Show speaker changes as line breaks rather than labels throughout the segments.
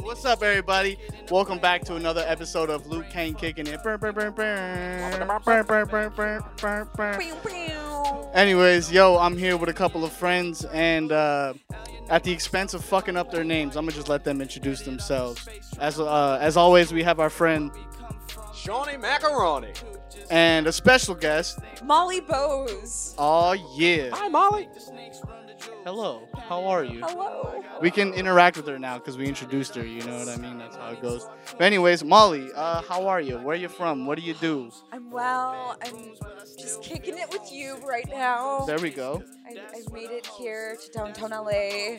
What's up, everybody? Welcome back to another episode of Luke Kane kicking it. Brr, brr, brr, brr. Brr, brr, brr, brr, brr, brr. Anyways, yo, I'm here with a couple of friends, and uh, at the expense of fucking up their names, I'm gonna just let them introduce themselves. As uh, as always, we have our friend
Shawnee Macaroni.
and a special guest.
Molly Bose.
Oh yeah.
Hi, Molly.
Hello. How are you?
Hello.
We can interact with her now because we introduced her. You know what I mean? That's how it goes. But anyways, Molly, uh, how are you? Where you from? What do you do?
I'm well. I'm just kicking it with you right now.
There we go.
I, I made it here to downtown LA.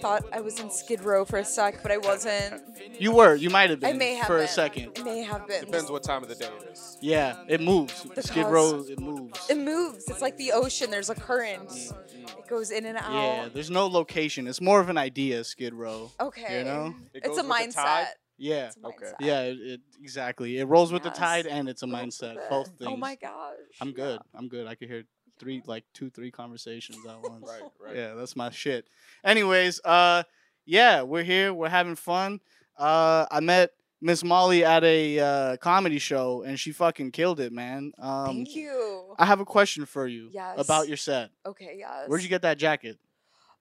Thought I was in Skid Row for a sec, but I wasn't.
You were. You might have
I
been
may have
for
been.
a second.
I may have been.
Depends what time of the day it is.
Yeah, it moves.
The
Skid
cause-
Row, it moves.
It moves. It's like the ocean. There's a current. It goes in and out.
Mm, Yeah, there's no location. It's more of an idea, Skid Row.
Okay.
You know?
It
It's
goes
a
with the tide.
mindset.
Yeah.
It's a
Okay.
mindset.
Yeah, it, it, exactly. It rolls with
Yes.
the tide and it's a
Rolls
mindset.
with
Both
it.
things.
Oh my gosh.
I'm good. I'm good. I could hear three, like two, three conversations at once.
Right, right.
Yeah, that's my shit. Anyways, uh, yeah, we're here. We're having fun. Uh, I met Miss Molly at a uh, comedy show, and she fucking killed it, man. Um,
Thank you.
I have a question for you about
Yes.
your set.
Okay. Yes.
Where'd you get that jacket?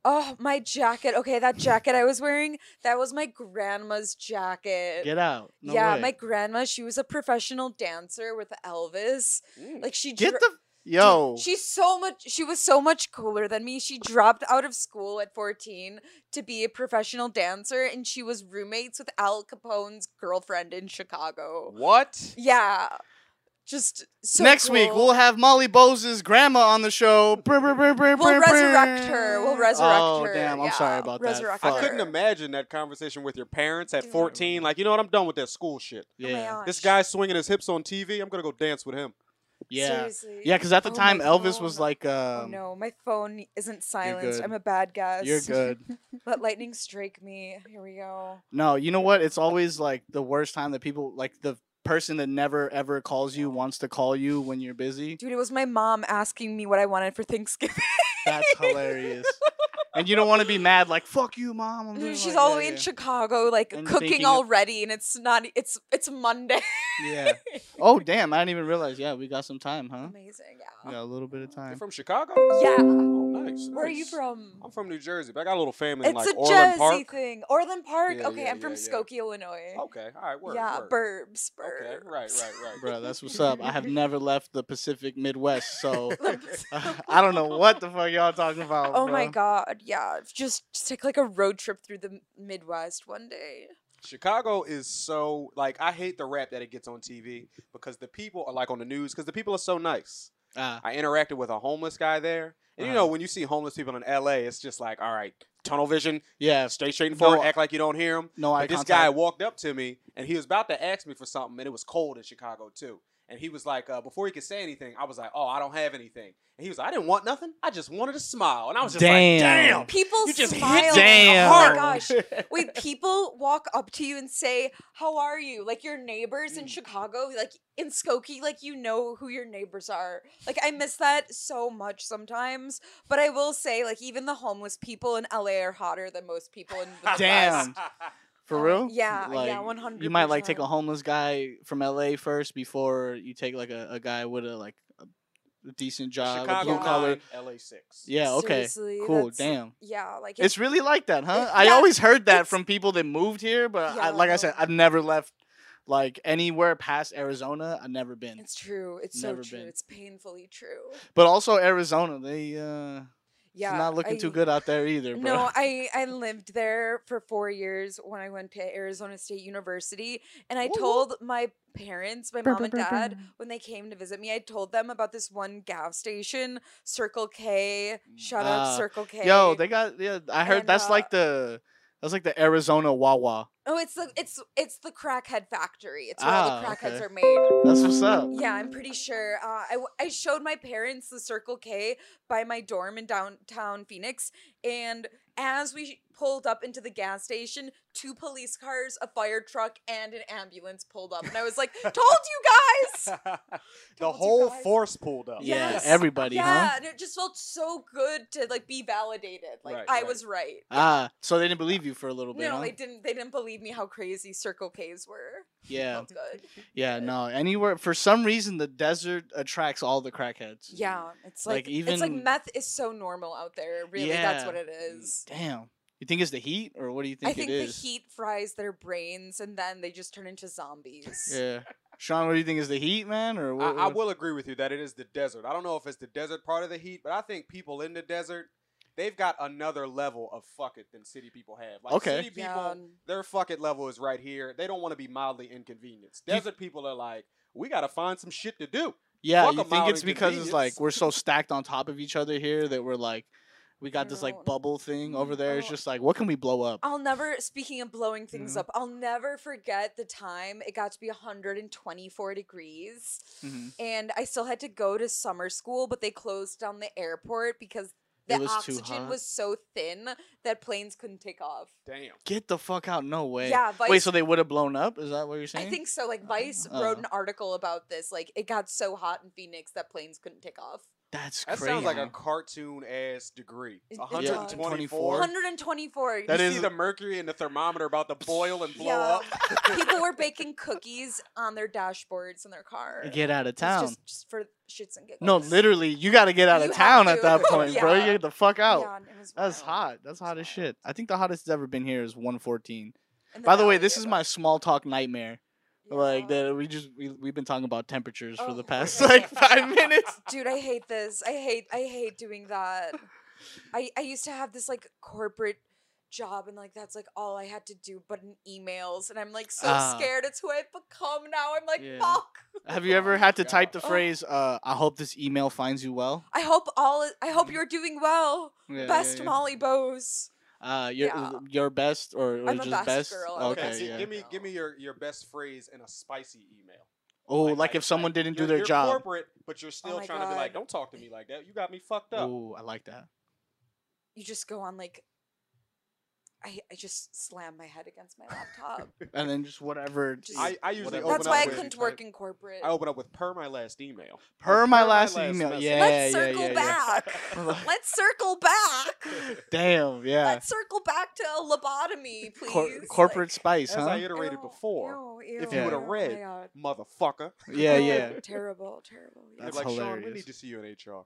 Oh, my jacket. Okay, that jacket I was wearing, that was my grandma's jacket.
Get out. No
yeah,
way.
my grandma, she was a professional dancer with Elvis.
Mm.
Like she
get
dro-
the
dude,
yo.
She's so much she was so much cooler than me. She dropped out of school at 14 to be a professional dancer and she was roommates with Al Capone's girlfriend in Chicago.
What?
Yeah. Just so
Next week
cool.
we'll have Molly Bose's grandma on the show. Brr, brr, brr, brr,
We'll
brr,
resurrect
brr.
her. We'll resurrect
oh,
her.
damn! I'm
Yeah,
sorry about
resurrect
that. Fuck.
her.
I couldn't imagine that conversation with your parents at
Dude.
14. Like, you know what? I'm done with that school shit.
Oh my
Yeah,
This
Mm. gosh.
guy swinging his hips on TV. I'm gonna go dance with him.
yeah,
Seriously.
yeah. Because at the
Oh my
time, Elvis was
God.
like,
Oh
um,
no, my phone isn't silenced.
good.
I'm a bad guest.
"You're good."
Let lightning strike me. Here we go.
No, you know what? It's always like the worst time that people like the person that never ever calls you wants to call you when you're busy.
Dude, it was my mom asking me what I wanted for Thanksgiving.
That's hilarious. and you don't want to be mad, like "fuck you, mom." I'm
Mm-hmm.
doing
Mm,
like
She's all
that,"
the way in
yeah.
Chicago, like
And thinking
cooking
of-
already, and it's not. e, It's it's Monday.
Yeah. Oh damn! I didn't even realize. Yeah, we got some time,
Oh
huh?
Amazing.
We
Yeah.
got a little bit of
You're
time.
from Chicago?
Yeah.
Oh, nice.
Where are you
nice.
from?
I'm from New Jersey, but I got a little family in
it's
like
a
Orland
Jersey
Park.
thing. Orland Park.
Yeah,
okay,
yeah,
I'm from
yeah, yeah.
Skokie, Illinois.
Okay. All right. Word.
yeah,
word.
burbs,
Okay.
burbs.
Right. Right. Right.
Bro, that's what's up. I have never left the Pacific Midwest, so
Burbs.
I don't know what the fuck y'all talking about.
Oh my
bruh.
god, yeah. Just, just take like a road trip through the M- Midwest one day.
Chicago is so like I hate the rap that it gets on TV because the people are like on the news because the people are so nice.
Ah,
I interacted with a homeless guy there. And you know,
Uh-huh.
when you see homeless people in LA, it's just like, all right, tunnel vision,
yeah.
stay straight and
No, uh
forward,
I-
act like you don't hear him.
No, I.
But this guy walked up to me and he was about to ask me for something, and it was cold in Chicago too. And he was like, uh, before he could say anything, I was like, oh, I don't have anything. And he was like, I didn't want nothing. I just wanted a smile. And I was just
Damn.
like,
People
You just hit
smile.
Damn.
Oh
hard.
my gosh.
damn.
Wait, people walk up to you and say, "How are you?" Like your neighbors in
Mm.
Chicago, like in Skokie, like you know who your neighbors are. Like I miss that so much sometimes. But I will say, like even the homeless people in LA are hotter than most people in the
Damn.
West.
For real?
Yeah, yeah,
Like,
one hundred.
You might like take a homeless guy from LA first before you take like a, a guy with a like a decent job, a
Chicago
blue collar.
9, LA 6.
Yeah. Okay.
Seriously,
Cool.
that's-
Damn.
Yeah, like
It's really like that, huh?
It's-
I
yeah,
always heard that
it's-
from people that moved here, but I,
Yeah,
like I said,
no.
I've never left like anywhere past Arizona. I've never been.
It's true. It's so
Never
true.
been.
It's painfully true.
But also Arizona, they uh,
Yeah.
it's not looking too
I-
good out there either, bro.
No, I I lived there for 4 years when I went to Arizona State University and I
Woo woo.
told my parents, my
Brr,
mom
brr,
and
brr,
dad
brr.
when they came to visit me, I told them about this one gas station, Circle K. Shut
Ah.
up, Circle K.
Yo, they got yeah. I heard
And,
that's
uh,
like the that's like the Arizona Wawa.
Oh, it's the it's it's the crackhead factory. It's where all the
Ah,
crackheads
okay.
are made.
That's what's up.
Yeah, I'm pretty sure. Uh, I, w- I showed my parents the Circle K by my dorm in downtown Phoenix. And as we pulled up into the gas station. Two police cars, a fire truck, and an ambulance pulled up. And I was like, told you guys.
the
Told you
whole
guys.
force pulled up.
Yeah,
Yes.
everybody,
yeah,
huh?
and it just felt so good to like be validated. Like
Right,
I
right.
was right.
Ah, so they didn't believe you for a little bit,
No,
huh?
they didn't. They didn't believe me how crazy Circle K's were.
yeah,
Felt good.
yeah, no. Anywhere for some reason the desert attracts all the crackheads.
Yeah, it's
Like,
like, it's like
even-
meth is so normal out there. Really, that's
Yeah.
what it is.
Damn. You think it's the heat, or what do you think,
I think
it
the
is?
heat fries their brains, and then they just turn into zombies.
Yeah. Sean, what do you think is the heat, man? Or
I,
what,
I will agree with you that it is the desert. I don't know if it's the desert part of the heat, but I think people in the desert, they've got another level of fuck it than city people have. Like
Okay.
city people,
Yeah.
their fuck it level is right here. They don't want to be mildly inconvenienced.
Do you-
Desert people are like, we gotta find some shit to do.
yeah,
fuck
you
a
think
mild
it's because it's like
inconvenience.
we're so stacked on top of each other here that we're like, we got this
No,
like
no.
bubble thing over there. It's
Oh.
just like, what can we blow up?
I'll never, speaking of blowing things
Mhm.
up, I'll never forget the time it got to be 124 degrees.
Mhm.
And I still had to go to summer school, but they closed down the airport because the
was too
oxygen
hot.
was so thin that planes couldn't take off.
Damn.
Get the fuck out! No way.
Yeah, Vice.
Wait, so they would have blown up? Is that what you're saying?
I think so. Like Vice
Oh.
wrote an article about this. Like it got so hot in Phoenix that planes couldn't take off.
that's
That
crazy.
sounds like a cartoon ass degree.
It- it does.
124.
124.
124.
That
you
is-
see the mercury and the thermometer about to boil and blow
Yeah.
up.
People were baking cookies on their dashboards in their car.
get out of
It's
town.
Just, just for shits and giggles.
No, literally, you got to get out
You
of
have
town at
to.
that point, bro. You
Yeah.
get the fuck out.
Yeah, and it was
That's
wild.
hot. That's hot as
It's
shit. I think the hottest it's ever been here is 114.
In
By the way,
valley
this is
of-
my small talk nightmare. Like
Yeah.
that, we just we we've been talking about temperatures for
Oh
the
my
past
God.
like five minutes.
Dude, I hate this. I hate I hate doing that. I I used to have this like corporate job and like that's like all I had to do but in emails and I'm like so
Ah.
scared it's who I've become now. I'm like
Yeah.
fuck.
Have you
Oh
ever
my
had to type the
God.
Oh.
phrase? Uh, I hope this email finds you well.
I hope all I hope you're doing well.
Yeah,
Best
yeah, yeah.
Molly Bose.
Uh, your
Yeah.
your best or, or
I'm a
just
best
best?
girl, I would
Okay,
see,
say.
yeah.
give me give me your, your best phrase in a spicy email.
oh, like, if someone
like,
didn't do
you're-
their
you're
job.
Corporate, but you're still
Oh my
trying to be like,
God.
don't talk to me like that. You got me fucked up.
Ooh, I like that.
You just go on like I, I just slam my head against my laptop.
And then just whatever.
Just-
I, I usually
Whatever.
open
That's
up
why I
with,
couldn't work in corporate.
I open up with per my last email.
per my
Per my
last,
last
email.
message.
Yeah,
Let's
yeah,
circle
yeah, yeah.
back. Let's circle back.
Damn, yeah.
Let's circle back to a lobotomy, please.
Cor- corporate
Like,
spice,
As I
huh?
iterated
ew,
before,
ew,
if
ew,
you
ew,
would've
oh my
read,
God.
motherfucker.
Yeah,
Oh,
yeah.
terrible, terrible. yeah.
You're
That's
like, Sean, we
hilarious.
need to see you in HR.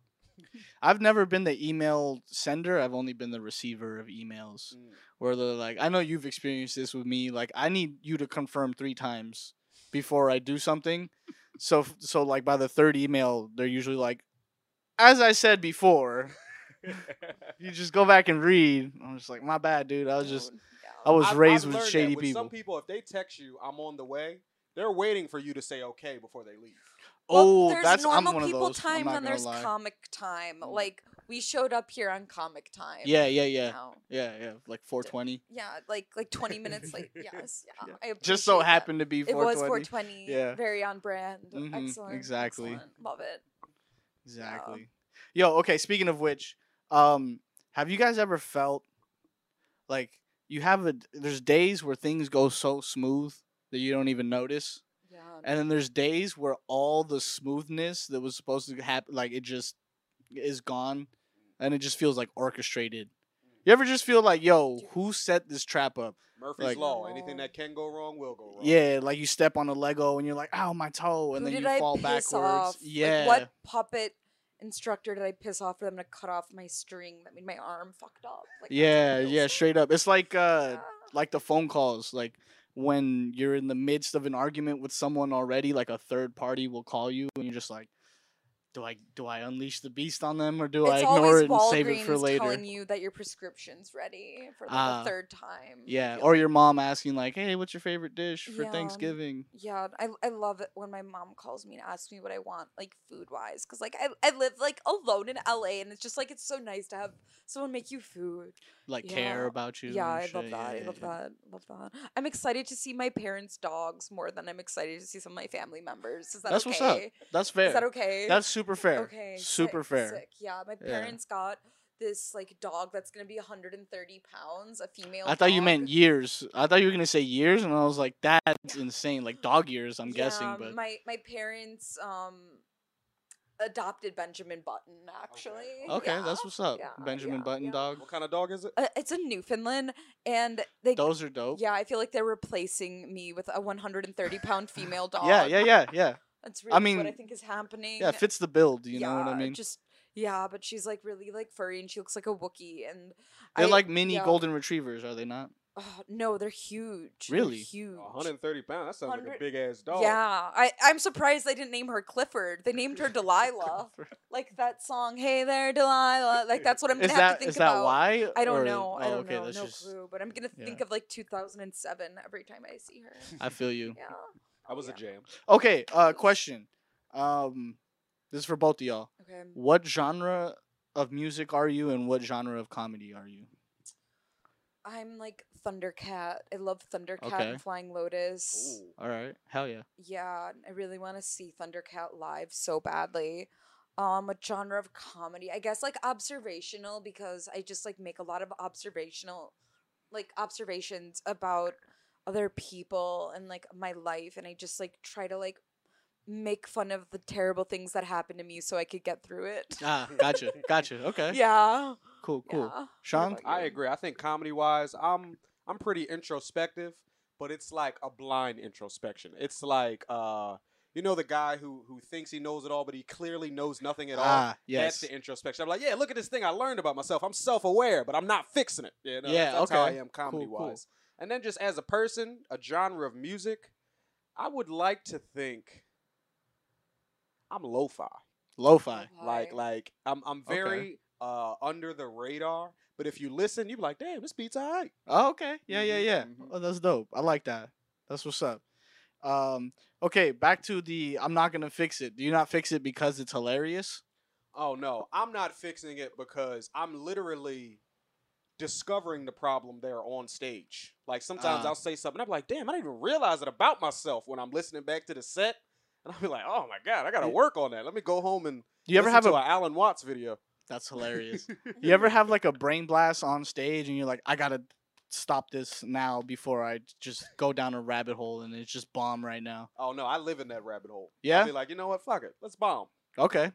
I've never been the email sender. I've only been the receiver of emails.
Mm.
Where they're like, I know you've experienced this with me. Like, I need you to confirm three times before I do something. So, f- so like by the third email, they're usually like, as I said before.
Mm.
You just go back and read. I'm just like, my bad, dude. I was just,
Don't.
I was
I've-
raised
I've
with
learned that
shady
with Some
people.
people, if they text you, I'm on the way, they're waiting for you to say okay before they leave.
Oh,
well, there's
that's I'm
normal
one of
people
those. I'm
time
not
and
gonna
there's
lie.
comic time.
Mm.
Like we showed up here on comic time.
Yeah, yeah, yeah,
now.
yeah, yeah. Like 420.
Yeah, like like 20 minutes late. Yes. Yeah. I
Just so
appreciate that.
happened to be
It was
420.
420.
Yeah.
Very on brand.
Mhm,
Excellent.
exactly.
excellent. Love it.
Exactly. Yo, okay, speaking of which, um, have you guys ever felt like you have a there's days where things go so smooth that you don't even notice?
Yeah.
And then there's days where all the smoothness that was supposed to happen like it just is gone and it just feels like orchestrated.
Mm.
You ever just feel like, yo, who set this trap up?
Murphy's
Like-
Law. Anything that can go wrong will go wrong.
Yeah, like you step on a Lego and you're like, ow, my toe, and
Who
then
did
you
I
fall
piss
backwards.
Off?
Yeah.
Like, what puppet instructor did I piss off for them to cut off my string that made my arm fucked up? Like, that's what it
yeah,
feels
yeah,
like.
straight up. It's like uh
Yeah.
like the phone calls like when you're in the midst of an argument with someone already like a third party will call you and you're just like do i do i unleash the beast on them or do i
it's
ignore
always
it and save it for
Walgreens
later
telling you that your prescription's ready for like,
Ah.
the third time. I
yeah
feel
or
like.
your mom asking like hey what's your favorite dish for
Yeah.
thanksgiving
Yeah, I, I love it when my mom calls me and asks me what I want, like food wise, because like I, I live like alone in LA, and it's just like it's so nice to have someone make you food.
like
Yeah.
care about you
yeah,
and
I love
shit.
that.
Yeah,
I
yeah,
love
yeah.
that. Love that. I'm excited to see my parents' dogs more than I'm excited to see some of my family members. Is that
That's
okay?
what's up. that's fair
Is that okay?
that's super fair
Okay. sick,
super fair
Sick. Yeah, my
Yeah.
parents got this like dog that's gonna be 130 pounds, a female.
I thought you
dog.
meant years. I thought you were gonna say years, and I was like, that's insane. Like dog years, I'm guessing.
Yeah,
But
my my parents um adopted Benjamin Button actually.
okay,
Yeah.
that's what's up.
yeah,
Benjamin
yeah,
Button
yeah.
dog.
What kind of dog is it?
Uh, it's a Newfoundland, and they.
Those are dope.
yeah, I feel like they're replacing me with a 130 pound female dog.
Yeah, yeah, yeah, yeah.
That's really what I
mean,
think is happening.
Yeah, it fits the build. You know what I
Yeah,
mean?
Just yeah, but she's like really like furry and she looks like a Wookiee and
They're
I-
like mini
yeah.
golden retrievers, are they not?
oh, no, they're huge. They're
Really?
huge.
130 pounds. That sounds like a
100
big ass dog.
Yeah, I I'm surprised they didn't name her Clifford. They named her Delilah, like that song. Hey there, Delilah. Like that's what I'm gonna
Is that
have to think
is that
about.
why?
I don't
or-
know. I
oh,
don't
okay,
know.
that's
No
just-
clue. But I'm gonna
yeah.
think of like 2007 every time I see her.
I feel you.
Yeah.
I was
Yeah.
a jam.
Okay, uh, question. Um, this is for both of y'all.
Okay.
What genre of music are you, and what genre of comedy are you?
I'm like Thundercat. I love Thundercat
Okay.
and Flying Lotus.
Ooh.
All right, hell yeah.
Yeah, I really want to see Thundercat live so badly. Um, a genre of comedy, I guess, like observational because I just like make a lot of observational, like observations about other people and like my life, and I just like try to like make fun of the terrible things that happened to me so I could get through it.
Ah, gotcha, gotcha. Okay,
yeah,
cool, cool.
yeah.
Sean,
about
I agree. I think comedy wise, I'm I'm pretty introspective, but it's like a blind introspection. It's like uh you know the guy who who thinks he knows it all, but he clearly knows nothing at all.
ah, yes.
That's the introspection. I'm like, yeah, look at this thing I learned about myself. I'm self-aware, but I'm not fixing it. You know?
Yeah,
that's how I
okay.
am comedy
Cool, cool.
wise. And then just as a person, a genre of music, I would like to think I'm lo-fi.
Lo-fi.
Like like I'm I'm
Okay.
very uh under the radar. But if you listen, you be like, damn, this beat's all right.
Oh, okay. Yeah, yeah,
Mhm,
yeah.
mhm.
Oh, that's dope. I like that. That's what's up. Um, okay, back to the I'm not gonna fix it. Do you not fix it because it's hilarious?
Oh no, I'm not fixing it because I'm literally discovering the problem there on stage. Like sometimes
Ah.
I'll say something, I'm like, damn, I didn't even realize it about myself when I'm listening back to the set. And I'll be like, oh my God, I gotta
Yeah.
work on that. Let me go home and
Do you ever
listen
have
to
a
an Alan Watts video.
that's hilarious. you ever have like a brain blast on stage and you're like, I gotta stop this now before I just go down a rabbit hole and it's just bomb right now.
Oh no, I live in that rabbit hole.
Yeah?
I'll be like, you know what, fuck it. Let's bomb.
Okay,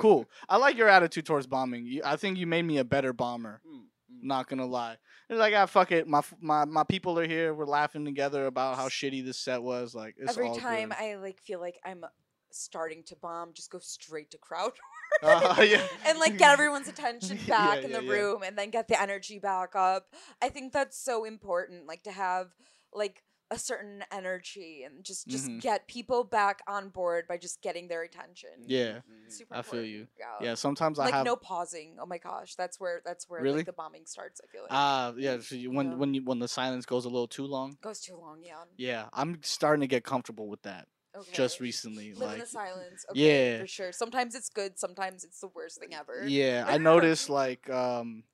cool. I like your attitude towards bombing. You, I think you made me a better bomber.
Mm, mm.
Not gonna lie, it's like ah fuck it. My f- my my people are here. We're laughing together about how shitty this set was. Like it's
Every
all
time
good.
I like feel like I'm starting to bomb, just go straight to crowd
Uh, yeah.
and like get everyone's attention
Yeah,
back in
yeah,
the
yeah.
room and then get the energy back up. I think that's so important like to have like a certain energy and just just
Mhm.
get people back on board by just getting their attention.
Yeah,
Mm.
Super
I feel
important.
you.
Yeah.
Yeah, sometimes
Like
I have.
no pausing. Oh my gosh, that's where that's where
Really?
like the bombing starts, I feel like.
Ah, yeah. so you- when
Yeah.
when you, when the silence goes a little too long.
Goes too long, yeah.
Yeah, I'm starting to get comfortable with that
Okay.
just recently.
Live in
like,
the silence. Okay,
yeah.
For sure. Sometimes it's good, sometimes it's the worst thing ever.
yeah, I noticed like um,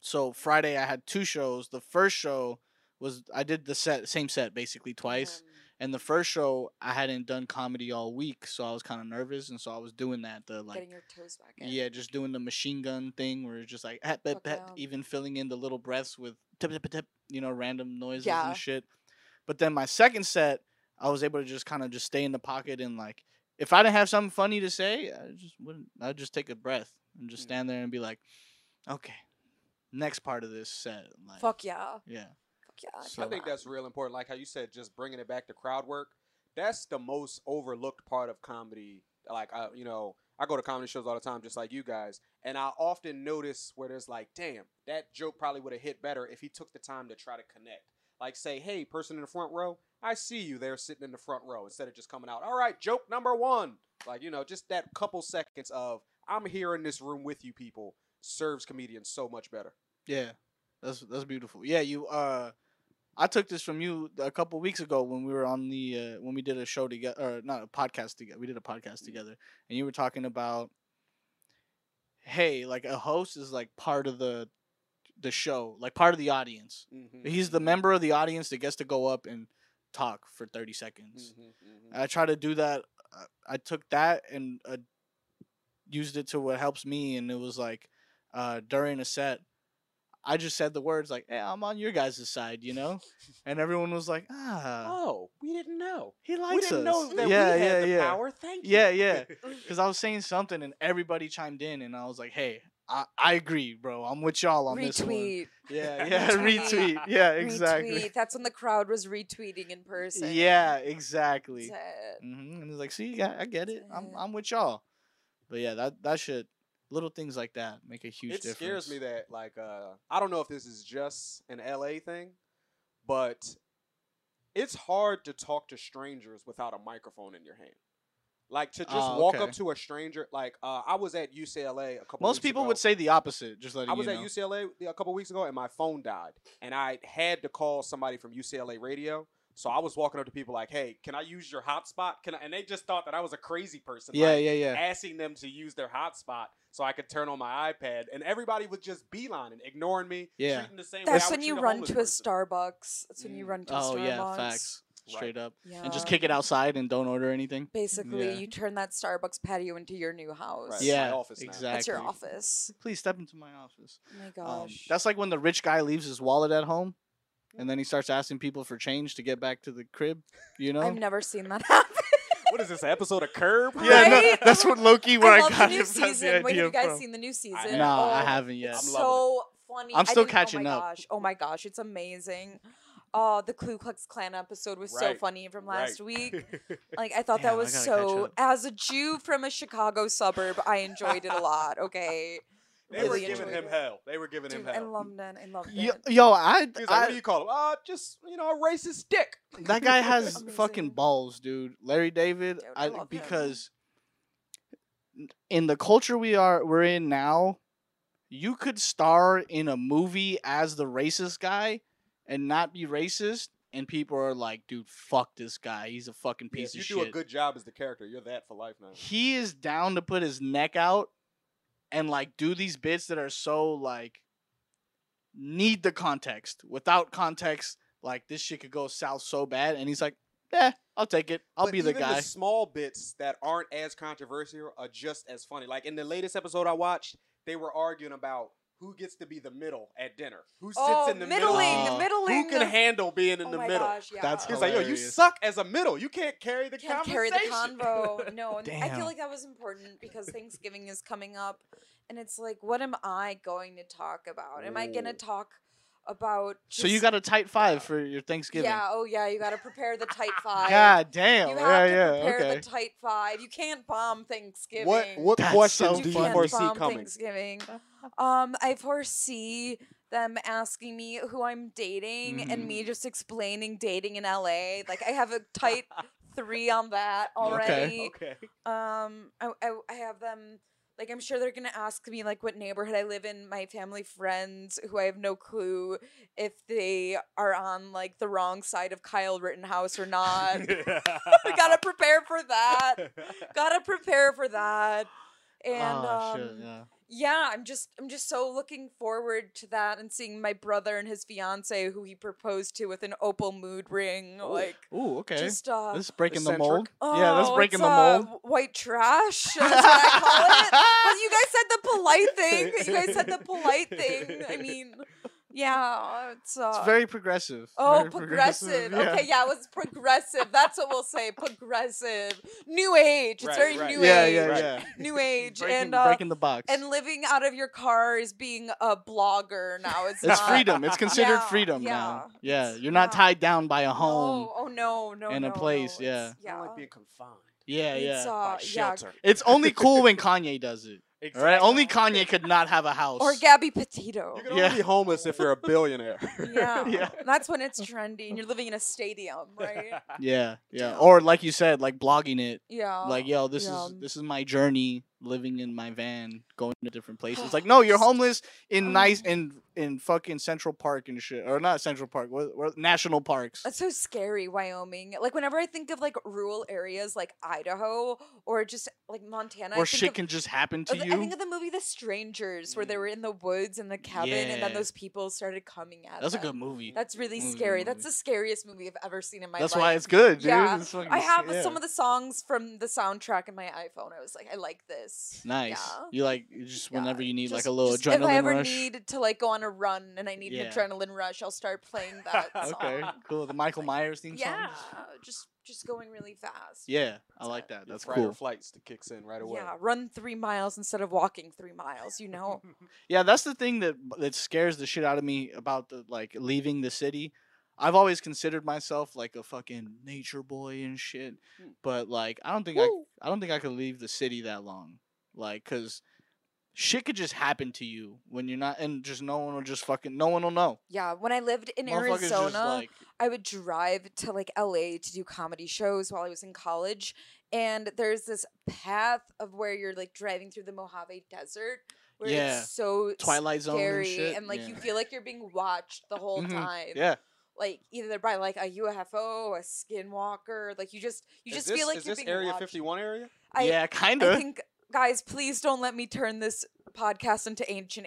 so Friday I had two shows. The first show was I did the set same set basically twice.
Um,
And the first show I hadn't done comedy all week, so I was kind of nervous, and so I was doing that the like
getting your toes back in.
Yeah, just doing the machine gun thing where it's just like "Ah, bah,
Fuck
bah,"
yeah.
even filling in the little breaths with tip tip tip, you know, random noises
Yeah.
and shit. But then my second set, I was able to just kind of just stay in the pocket and like if I didn't have something funny to say, I just wouldn't I'd just take a breath and just
Mm.
stand there and be like, Okay, next part of this set. Like
Fuck yeah.
Yeah.
Fuck yeah. I
So-
I
feel
think
that.
that's real important. Like how you said, just bringing it back to crowd work. That's the most overlooked part of comedy. Like, I, you know, I go to comedy shows all the time, just like you guys. And I often notice where there's like, damn, that joke probably would have hit better if he took the time to try to connect. Like, say, hey, person in the front row, I see you there sitting in the front row instead of just coming out, all right, joke number one. Like, you know, just that couple seconds of, I'm here in this room with you people serves comedians so much better.
Yeah, that's that's beautiful. Yeah, you. Uh, I took this from you a couple weeks ago when we were on the uh, when we did a show together, or not a podcast together. We did a podcast together, and you were talking about, hey, like a host is like part of the the show, like part of the audience.
Mm-hmm.
He's the member of the audience that gets to go up and talk for thirty seconds.
Mm-hmm,
I try to do that. uh, I- I took that and uh, used it to what helps me, and it was like uh, during a set, I just said the words like, "Hey, I'm on your guys' side," you know, and everyone was like, "Ah,
Oh, we didn't know.
he likes
We didn't
us."
know that
yeah,
we had
yeah,
the
yeah,
power. Thank you.
yeah, yeah. Because I was saying something and everybody chimed in, and I was like, "Hey, I, I agree, bro. I'm with y'all on this one."
retweet.
Yeah, yeah,
Retweet.
retweet. Yeah, exactly.
Retweet. That's when the crowd was retweeting in person.
Yeah, exactly.
Sad.
hmm And it's like, see, I, I get it. I'm,
Sad.
I'm with y'all. But yeah, that that shit, little things like that make a huge
it
difference.
scares me that like uh i don't know if this is just an la thing but it's hard to talk to strangers without a microphone in your hand like to just
Ah,
walk
okay.
up to a stranger like uh, i was at ucla a couple
Most
weeks
people
ago.
would say the opposite. Just letting
I was
you
at
know.
UCLA a couple weeks ago and my phone died. And I had to call somebody from UCLA radio. So I was walking up to people like, hey, can I use your hotspot? Can I? And they just thought that I was a crazy person.
yeah,
like,
yeah, yeah.
asking them to use their hotspot so I could turn on my iPad, and everybody was just beelining, ignoring me,
Yeah.
treating the same way. I
That's
would
when
treat
you
a
run
homeless
to a
person.
Starbucks. That's when you
Mm.
run to a
Oh
Starbucks.
yeah, facts.
Right.
Straight up.
Yeah.
And just kick it outside and don't order anything.
Basically,
Yeah.
you turn that Starbucks patio into your new
Right.
house.
That's my
Yeah,
office now.
exactly.
That's your office.
Please step into my office.
Oh my
Um,
gosh.
that's like when the rich guy leaves his wallet at home, and then he starts asking people for change to get back to the crib. You know.
I've never seen that happen.
What is this an episode of Curb?
yeah, no,
Right?
that's what Loki. Where
I
I,
love
got
the new
it. That's the
season. Wait,
idea
have you guys
from.
seen the new season?
No, I
Oh,
haven't yet.
It's
I'm
so funny.
I'm
I
still
didn't-
catching
oh my
up.
Gosh. Oh my gosh, it's amazing. Oh, the Ku Klux Klan episode was so
Right,
funny from last
right.
week. Like I thought
Damn, I
that was
gotta catch
so.
up.
As a Jew from a Chicago suburb, I enjoyed it a lot. Okay,
they were
really
giving
enjoyed
him
it.
hell. They were giving him
Dude, I
hell.
loved it. I loved
Yo,
it.
yo, I,
He's like,
I
what do you call him? Uh, just you know, a racist dick.
that guy has
Amazing.
fucking balls, dude. Larry David,
Dude, I
I,
love him.
because in the culture we are we're in now, you could star in a movie as the racist guy and not be racist, and people are like, dude, fuck this guy. He's a fucking
Yeah,
piece
if you
of
do
shit.
a good job as the character, you're that for life now.
he is down to put his neck out and like do these bits that are so like need the context. Without context, like this shit could go south so bad, and he's like, "Yeah, I'll take it. I'll
But
be the
even
guy."
The small bits that aren't as controversial are just as funny. Like in the latest episode I watched, they were arguing about who gets to be the middle at dinner, who sits
Oh,
in the
middling,
middle,
Oh.
middling.
who can handle being in
oh
the
my
middle.
Gosh, yeah.
That's
He's like, yo, you
Hilarious.
suck as a middle. You can't carry the
can't carry
conversation.
the convo. No, and I
Damn.
feel like that was important because Thanksgiving is coming up, and it's like, what am I going to talk about? Am I gonna
Ooh.
talk about?
so you
just-
got a tight five for your Thanksgiving.
Yeah. Oh yeah. You got to prepare the tight five.
God damn.
You
yeah,
have to
yeah.
prepare
Okay.
the tight five. You can't bomb Thanksgiving.
what
That's
questions
so
you
do you
funny.
can't
foresee
bomb
coming?
Thanksgiving. Um, I foresee them asking me who I'm dating and
Mhm.
Mm.
me just explaining dating in LA. Like I have a tight three on that already.
Okay.
Um, I, I, I have them. Like I'm sure they're gonna ask me like what neighborhood I live in. My family friends who I have no clue if they are on like the wrong side of Kyle Rittenhouse or not. we gotta prepare for that. Gotta prepare for that. And
Ah,
um,
shit,
yeah.
yeah.
I'm just I'm just so looking forward to that and seeing my brother and his fiance who he proposed to with an opal mood ring.
Ooh.
Like
Ooh, Oh, okay.
just uh
this is breaking the
eccentric.
mold. yeah, that's
oh,
breaking
it's,
the
uh,
mold.
white trash. That's what I call it. But you guys said the polite thing. You guys said the polite thing. I mean, yeah, it's uh,
it's very progressive.
Oh,
Very
progressive.
yeah.
Okay, yeah, it was progressive. That's what we'll say. Progressive. New age. It's
Right,
very
right.
new
Yeah,
age.
yeah,
Right.
yeah.
New age.
Breaking,
and uh,
breaking the box.
and living out of your car is being a blogger now. It's,
It's
not,
freedom. It's considered
Yeah,
freedom
yeah.
now. Yeah,
It's
you're not
not-
tied down by a home.
Oh, oh no, no.
and a
no,
place,
no, it's-
I
Yeah.
don't like being confined.
Yeah,
It's,
yeah.
uh,
by
yeah.
shelter.
It's only cool when Kanye does it. All right, only
Exactly.
Kanye could not have a house.
Or Gabby Petito.
You can only
Yeah.
be homeless if you're a billionaire.
Yeah.
Yeah.
That's when it's trendy and you're living in a stadium, right?
yeah, yeah.
Yeah.
Or like you said, like blogging it.
Yeah.
Like, yo, this
yeah.
is this is my journey, living in my van, going to different places. Like, no, you're homeless
Oh,
in nice in in fucking Central Park and shit, or not Central Park, what, what, national parks.
That's so scary, Wyoming. Like whenever I think of like rural areas like Idaho or just like Montana, I
Where
think
shit
of,
can just happen
I
to
th-
you.
I think of the movie The Strangers where they were in the woods in the cabin and then
Mm. Yeah.
those people started coming at
That's a
them.
good movie.
That's really
Movie,
scary.
movie.
That's the scariest movie I've ever seen in my
That's
life.
why it's good, dude.
Yeah.
It's fucking
I
sc-
have
yeah.
some of the songs from the soundtrack in my iPhone. I was like, I like this. yes.
Nice.
Yeah.
You like you just
Yeah,
whenever you need like
Just-
a little
just
adrenaline
If I ever
rush.
need to like go on a run and I need
Yeah.
an adrenaline rush, I'll start playing that song.
okay, cool. The Michael Myers theme song.
Yeah, just just going really fast.
Yeah, I
That's
like
it.
that.
Your
That's
fight or
cool.
Flights to kicks in right away.
Yeah, run three miles instead of walking three miles. You know,
Yeah, that's the thing that that scares the shit out of me about the like leaving the city. I've always considered myself like a fucking nature boy and shit,
Mm.
but like I don't think
Hmm. Woo.
I I don't think I could leave the city that long. Like cuz shit could just happen to you when you're not and just no one will just fucking no one will know.
yeah. When I lived in
Motherfuckers just,
Arizona,
like
I would drive to like LA to do comedy shows while I was in college. And there's this path of where you're like driving through the Mojave Desert where
Yeah.
it's so
Twilight Zone and
scary
shit.
like
yeah.
you feel like you're being watched the whole
Mhm,
time.
Yeah.
Like either by like a UFO, a skinwalker, like you just you
Is
just
this,
feel like
is
you're
this
being
Area
watched.
51 area?
I,
yeah, kind
I
of.
think guys, please don't let me turn this podcast into ancient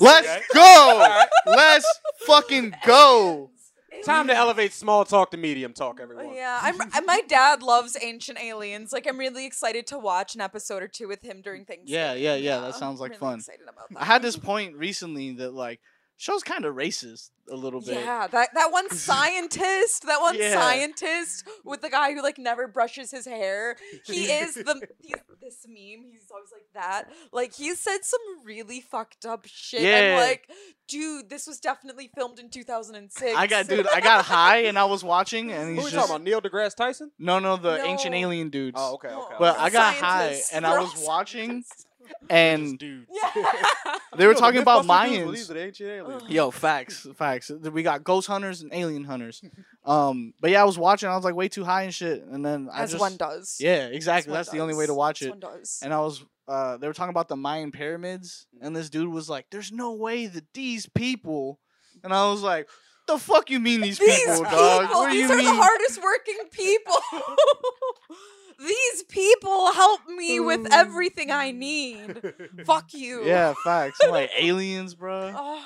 Let's
Okay.
Oh,
go. Let's fucking go.
Time to elevate small talk to medium talk, everyone.
Oh, Yeah, I'm, I- my dad loves Ancient Aliens. Like, I'm really excited to watch an episode or two with him during Thanksgiving.
Yeah, yeah, yeah, that sounds like
really
fun.
Excited about that.
I had this point recently that like show's kind of racist a little bit.
Yeah, that, that one scientist, that one
Yeah.
scientist with the guy who like never brushes his hair. He is the he's this meme. He's always like that. Like he said some really fucked up shit.
Yeah.
I'm like, dude, this was definitely filmed in 2006.
I got dude, I got high and I was watching and
Who
he's
are we
just
talking about? Neil deGrasse Tyson?
no, no, the ancient
No.
alien dudes.
Oh, okay, okay.
Well,
okay.
I got
Scientists.
high and I
We're
was
all
watching,
scientists.
and
dude.
Yeah.
they were talking about
These
Mayans.
are the ancient aliens.
Ugh.
Yo, facts, facts. We got ghost hunters and alien hunters. Um, but yeah, I was watching. I was like way too high and shit, and then I
as
just
one does.
yeah,
As
exactly.
one
That's the only way to
does.
watch
As
it.
One does.
and I was uh, they were talking about the Mayan pyramids,
Mm-hmm.
and this dude was like, "There's no way that these people," and I was like, "The fuck you mean these,
these people,
people, dog? What do
these
you
are
mean?"
the hardest working people. these people help me with everything I need. Fuck you.
Mm. yeah, facts. I'm like aliens, bro.
Oh,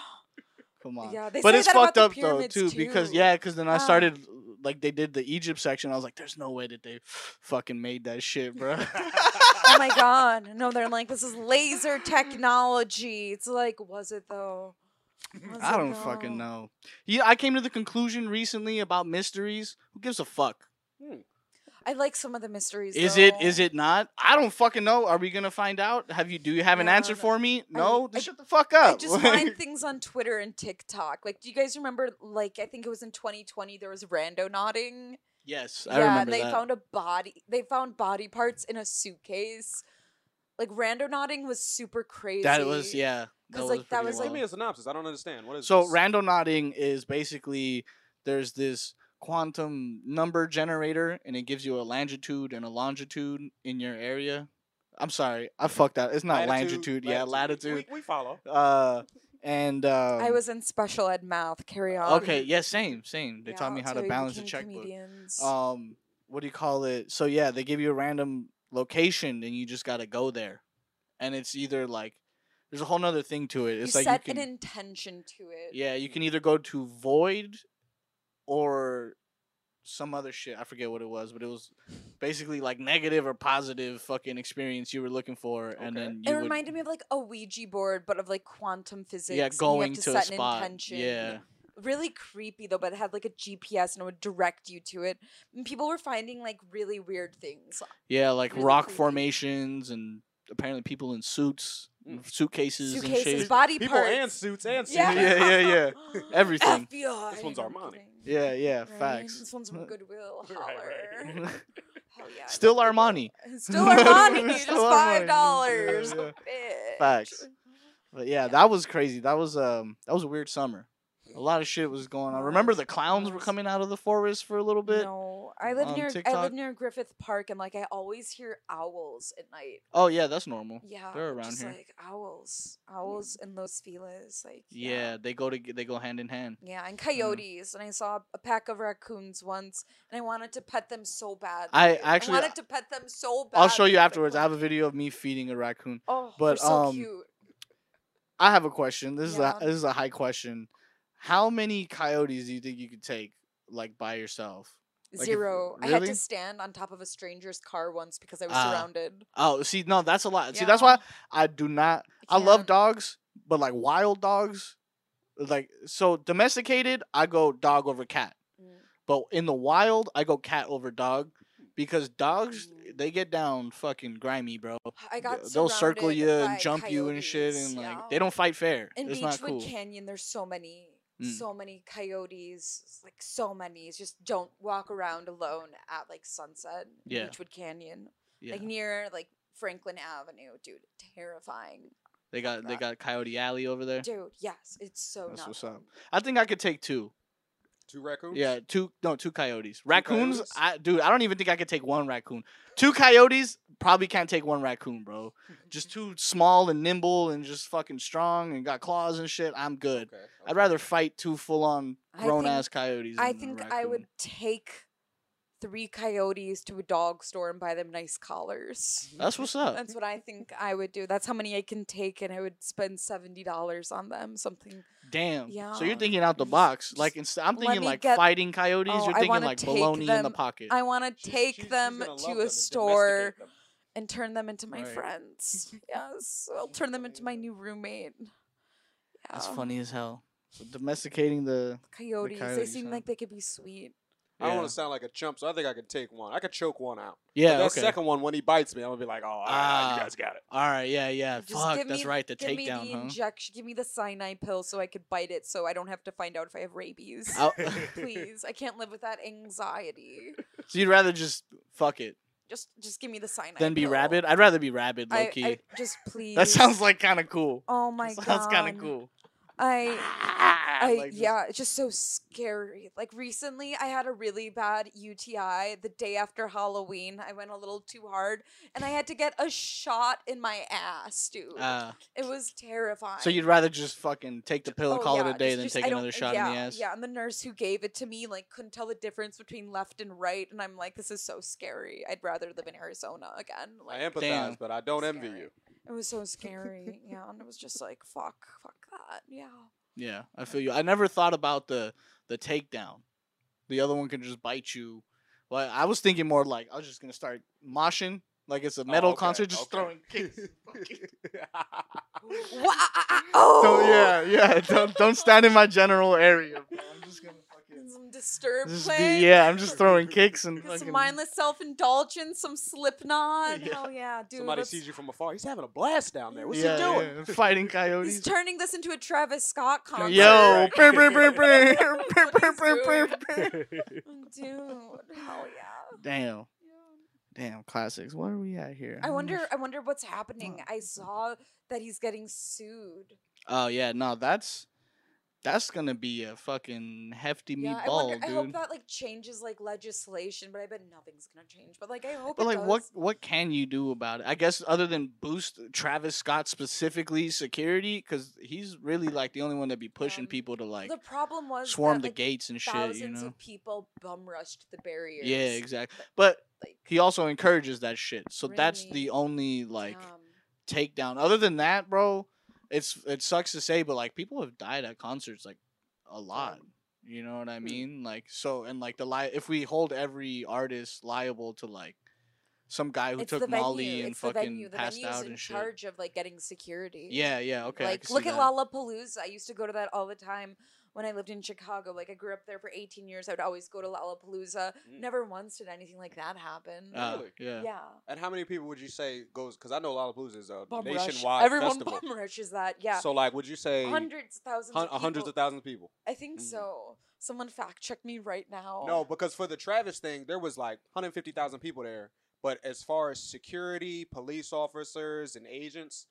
Come on.
yeah, they
but
say
it's
that about
fucked
the
up though
pyramids,
too, because
too.
yeah, because then I
Ah.
started like they did the Egypt section. I was like, "There's no way that they fucking made that shit, bro."
Oh my god. No, they're like, this is laser technology. It's like, was it though? Was
I
it,
don't
though?
fucking know. Yeah, I came to the conclusion recently about mysteries. Who gives a fuck?
I like some of the mysteries.
Is it?
though.
Is it not? I don't fucking know. Are we gonna find out? Have you? Do you have an
Yeah,
answer
but
for me? No.
I-
Then shut the fuck up.
I just find things on Twitter and TikTok. Like, do you guys remember? Like, I think it was in 2020. There was rando nodding.
yes, I
yeah,
remember
they
that.
found a body. They found body parts in a suitcase. Like rando nodding was super crazy.
that was yeah. That
'Cause,
was
like, that
pretty
was, like-
Give
wild.
me a synopsis. I don't understand. What is
So
this?
random nodding is basically there's this quantum number generator and it gives you a longitude and a longitude in your area. I'm sorry, I fucked that. It's not longitude, yeah, latitude.
We, we follow.
Uh, and um,
I was in special ed math. Carry on.
okay. Yeah, same, same. They taught me how to balance a checkbook. um what do you call it so yeah they give you a random location and you just got to go there and it's either like there's a whole nother thing to it it's
you
like
set Mm.
you can
an intention to it.
yeah you can either go to void or some other shit i forget what it was but it was basically like negative or positive fucking experience you were looking for and
Okay.
then you
It
would,
reminded me of like a Ouija board, but of like quantum physics.
yeah
and you have
going to, a
set an
spot
intention.
yeah
really creepy though, but it had like a GPS and it would direct you to it. And people were finding like really weird things.
yeah like
Really
rock
creepy.
formations and apparently people in suits
Mm.
suitcases, and
Suitcases,
shit
body
People
parts.
and suits and suits.
Yeah. Yeah, yeah, everything
FBI.
This one's
I'm
Armani.
kidding.
Yeah, yeah,
Right?
facts.
This one's from Goodwill.
Right,
Holler.
right.
Hell yeah. I
Still
love
Armani.
Goodwill. Still Armani. Just
Still Armani.
five dollars.
Yeah, Facts. But yeah, that was crazy. That was um that was a weird summer. A lot of shit was going on. Remember the clowns were
Was.
coming out of the forest for a little bit?
No, I live
on
near I
TikTok.
live near Griffith Park, and like I always hear owls at night.
Oh yeah, that's normal.
Yeah,
They're around
just
here.
like owls, owls, and those feelers. Like
Yeah, Mm-hmm. they go to they go hand in hand.
Yeah, and coyotes. And I saw a pack of raccoons once, and I wanted to pet them so bad.
I actually
wanted to pet them so bad.
I'll show you afterwards. I have a video of me feeding a raccoon.
Oh,
but,
but so
um,
cute.
I have a question. This
Yeah.
is a this is a high question. How many coyotes do you think you could take like by yourself? Like if-
Zero. I had
really?
to stand on top of a stranger's car once because I was
Ah.
surrounded.
Oh, see, no, that's a lot. See,
Yeah.
that's why I do not. I
Yeah.
love dogs, but like wild dogs, like so domesticated, I go dog over cat.
Mm.
But in the wild, I go cat over dog because dogs
Mm.
they get down fucking grimy, bro.
I got
Th- They'll circle
surrounded
you
by
and jump you and shit,
coyotes,
and like
yeah.
they don't fight fair.
In
it's not
Beechwood
cool.
Canyon, there's so many,
Mm.
so many coyotes, s- like so many. It's just don't walk around alone at like sunset. in
Yeah.
Beechwood Canyon,
yeah,
like near like Franklin Avenue, dude. Terrifying,
they got they
that.
got Coyote Alley over there.
dude. Yes, it's so.
That's
not
what's
fun.
up. I think I could take two.
Two raccoons.
Yeah, two no, two coyotes. Raccoons,
coyotes?
I dude, I don't even think I could take one raccoon. Two coyotes probably can't take one raccoon, bro. Just too small and nimble and just fucking strong and got claws and shit. I'm good.
Okay,
I'd
okay.
rather fight two full on
I
grown ass coyotes.
I
than a
think I would
raccoon.
take three coyotes to a dog store and buy them nice collars.
That's what's up.
That's what I think I would do. That's how many I can take, and I would spend seventy dollars on them. Something.
Damn. So
Yeah.
you're thinking out the
Just-
box. Like
just
instead, I'm
let
thinking
me
like
get-
fighting coyotes.
Oh,
you're
I
thinking
wanna
like
take
baloney in the
them-
pocket.
I want to
She's-
take
she's- she's
them
gonna love
to
them
a
and
store
domesticate them.
and turn them into my
Right.
friends. Yes, I'll turn them into my new roommate.
That's
Yeah.
funny as hell. So domesticating the.
Coyotes. they
coyotes,
seem
huh?
like they could be sweet.
I don't
Yeah.
want to sound like a chump, so I think I could take one. I could choke one out.
Yeah.
But that
okay.
second one, when he bites me, I'm gonna be like, oh, all right,
Ah.
you guys got it.
All right. Yeah. Yeah.
Just
Fuck.
give
That's
me-
right. The
Give me the
takedown. Huh.
injection. Give me the cyanide pill so I could bite it, so I don't have to find out if I have rabies.
I'll-
Please, I can't live with that anxiety.
So you'd rather just fuck it
Just, just give me the cyanide.
than be
pill.
rabid? I'd rather be rabid, low
I,
key.
I just please.
that sounds like kind of cool.
Oh my god.
sounds kind of cool.
I I,
I,
yeah, it's just so scary. Like recently, I had a really bad UTI the day after Halloween. I went a little too hard, and I had to get a shot in my ass, dude.
Uh,
it was terrifying.
so you'd rather just fucking take the pill
Oh,
and call
yeah,
it a day
just-
than
just-
take
I don't- uh,
another shot
yeah,
in the ass?
Yeah, and the nurse who gave it to me like couldn't tell the difference between left and right, and I'm like, this is so scary. I'd rather live in Arizona again.
I
Like,
empathize,
Damn.
but I don't envy
Scary.
you.
it was so scary. yeah, and it was just like, fuck, fuck that. Yeah.
Yeah, I feel you. I never thought about the the takedown. The other one can just bite you. Like I was thinking more like I was just gonna start moshing like it's a
Oh,
metal
okay,
concert, just
okay.
throwing kicks.
ah, Wow.
Don't- yeah, yeah. Don't don't stand in my general area. Bro. I'm just gonna
And
fucking.
some oh, mm, disturbed
Just be,
play.
yeah, I'm just throwing kicks and
Get
fucking.
Some mindless self indulgence, some Slipknot.
Yeah.
Hell yeah, dude.
Somebody
let's-
sees you from afar. He's having a blast down there. What's
yeah,
he doing?
yeah, Fighting
He's
coyotes.
turning this into a Travis Scott concert.
Yo,
Right.
brr, brr, brr, brr, brr,
That's
brr,
what
brr,
he's
brr,
doing.
brr.
Dude, hell yeah.
Damn, damn, classics. Where are we at here?
I
don't know
wonder.
if-
I wonder what's happening. I saw that he's getting sued.
Oh yeah, no, that's that's gonna be a fucking hefty
Yeah, I
meatball,
wonder. I
dude.
hope that like changes like legislation, but I bet nothing's gonna change. But like, I hope.
but
it
like, what
does.
what can you do about it? I guess other than boost Travis Scott specifically security, because he's really like the only one that be pushing
Um,
people to like
the problem was
swarm
that,
the
like,
gates and shit,
Thousands
you know?
of people bum rushed the barriers.
Yeah, exactly. But
Like,
he also encourages that shit, so that's the
Really?
only like
um,
takedown. Other than that, bro, it's it sucks to say, but like people have died at concerts like a
Oh.
lot. You know what
Hmm.
I mean? Like so, and like the li- if we hold every artist liable to like some guy who
it's
took
the
Molly
venue.
and
it's
fucking
the venue. The
passed
venue's
out
in
and shit.
charge of like getting security.
Yeah, yeah, okay. I
like
can
look
see
at
that.
Lollapalooza. I used to go to that all the time when I lived in Chicago. Like I grew up there for 18 years. I would always go to Lollapalooza.
Mm.
Never once did anything like that happen.
Ah,
Really?
yeah.
yeah.
And how many people would you say goes? Because I know Lollapalooza is a
Bum rush.
nationwide
Everyone
festival.
bum rushes that. Yeah.
So like, would you say hun-
hundreds, thousands, of people.
hundreds of thousands of people?
I think
Mm.
so. Someone fact check me right now.
No, because for the Travis thing, there was like 150,000 people there. But as far as security, police officers, and agents,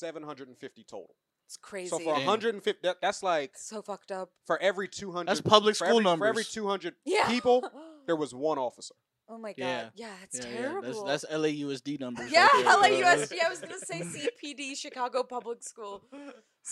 750 total.
it's crazy.
So for
Damn.
150, that, that's like
so fucked up.
for every 200.
That's public
for
school
every, For every
numbers.
200
Yeah.
people, there was one officer.
Oh my god. Yeah,
Yeah.
it's
yeah, yeah,
terrible.
That's, that's LAUSD numbers.
Yeah,
right there, bro.
LAUSD. I was gonna say CPD, Chicago Public School,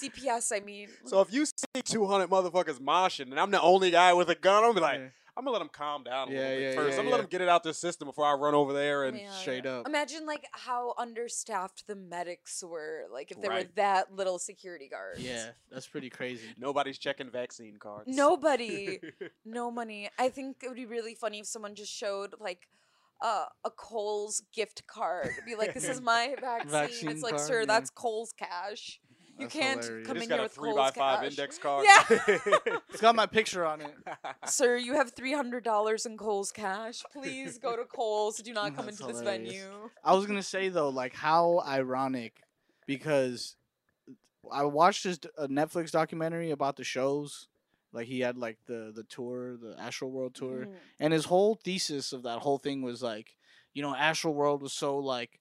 CPS. I mean,
uh,
So if you see 200 motherfuckers moshing, and I'm the only guy with a gun, I'm gonna be like,
Yeah.
I'm gonna let them calm down a
Yeah,
little bit
yeah,
first.
yeah,
I'm gonna
yeah.
let them get it out their system before I run over there and
Yeah.
Straight up.
Imagine like how understaffed the medics were, like if there were
Right.
that little security guards.
Yeah, that's pretty crazy.
nobody's checking vaccine cards.
Nobody, no money. I think it would be really funny if someone just showed like uh, a Cole's gift card. Be like, this is my vaccine.
Vaccine
it's like,
card,
sir,
yeah.
that's Cole's cash. You
That's
can't
hilarious.
come
It's
in
got
here
a
with
three by
Kohl's
five
cash.
index card.
It's got my picture on it.
Sir, you have three hundred dollars in Cole's cash. Please go to Cole's. Do not come
That's
into this
hilarious.
venue.
I was gonna say though, like how ironic, because I watched this d- a Netflix documentary about the shows. Like he had like the the tour, the Astral World tour,
Mm.
and his whole thesis of that whole thing was like, you know, Astral World was so like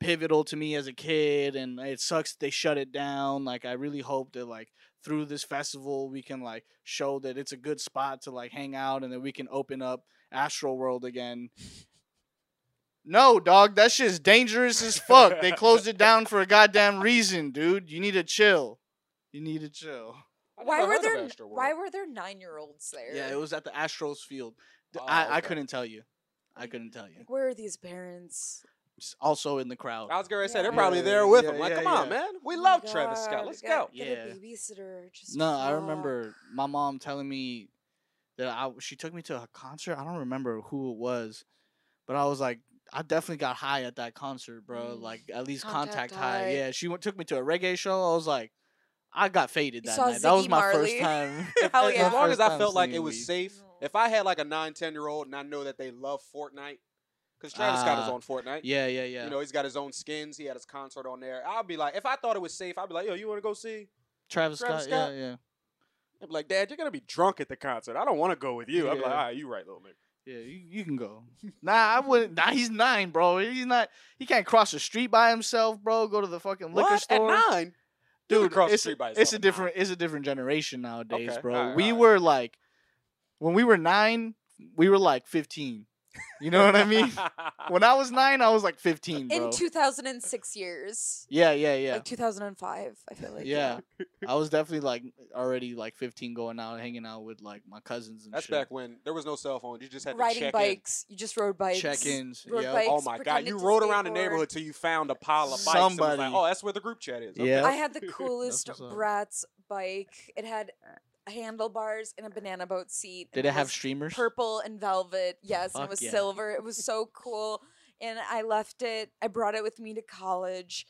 pivotal to me as a kid, and it sucks they shut it down. Like I really hope that like through this festival we can like show that it's a good spot to like hang out, and that we can open up Astral World again. No, dog, that shit's dangerous as fuck. They closed it down for a goddamn reason, dude. You need to chill. You need to chill.
Why were there? Why were there nine-year-olds there?
Yeah, it was at the Astros field. D-
Oh,
I, I
okay.
couldn't tell you. I couldn't tell you.
Like, where are these parents?
s- also in the crowd.
I was gonna say they're
Yeah.
probably there
Yeah,
with
yeah,
him. Like,
yeah,
come on,
yeah.
man. We
Oh my
love Travis Scott.
God,
Let's
gotta
go.
Get
Yeah.
a babysitter. Just
No, I
fuck.
remember my mom telling me that I she took me to a concert. I don't remember who it was, but I was like, I definitely got high at that concert, bro.
Mm.
Like at least
Contact
contact, high.
high.
Yeah, she went, took me to a reggae show. I was like, I got faded
You
that
saw
night. that was
Ziggy
my
Marley.
first time.
Hell
As
yeah.
as long as
First
I
time
felt like it
singing
was
weed.
safe,
No.
if I had like a nine, ten year old and I know that they love Fortnite, because Travis Scott is
Ah,
on Fortnite.
yeah, yeah, yeah.
You know, he's got his own skins. He had his concert on there. I'll be like, if I thought it was safe, I'd be like, yo, you want to go see?
Travis,
Travis
Scott,
Scott.
Yeah, yeah,
I'd be like, Dad, you're gonna be drunk at the concert. I don't want to go with you. I'd be like,
Yeah.
all right, you right, little nigga.
yeah. You, you can go. Nah, I wouldn't. Nah, he's nine, bro. He's not. He can't cross the street by himself, bro. Go to the fucking liquor
What?
store.
At nine? You can
dude
cross the
it's,
street by
a, it's
yourself
a
at
different it's a different generation nowadays
Okay,
bro
alright,
we
alright.
were like when we were nine we were like 15 you know what i mean when i was nine i was like 15 bro
in 2006 years,
yeah yeah yeah
like 2005. I feel like
yeah i was definitely like already like 15 going out hanging out with like my cousins and
That's
shit.
back when there was no cell phone. You just had to
Riding
check
bikes, you just rode bikes.
check-ins
road
yep.
in.
bikes,
Oh my god!
pretended
You
to
rode around the
skateboard.
neighborhood till you found a pile of bikes. And was
Somebody.
like, oh, that's where the group chat is. Okay.
Yeah.
I had the coolest
what's up.
Bratz bike. It had
Uh.
handlebars and a banana boat seat. and
did it have
was
streamers
purple and velvet? Yes, and it
Fuck
was
yeah.
silver. It was so cool. And I left it. I brought it with me to college.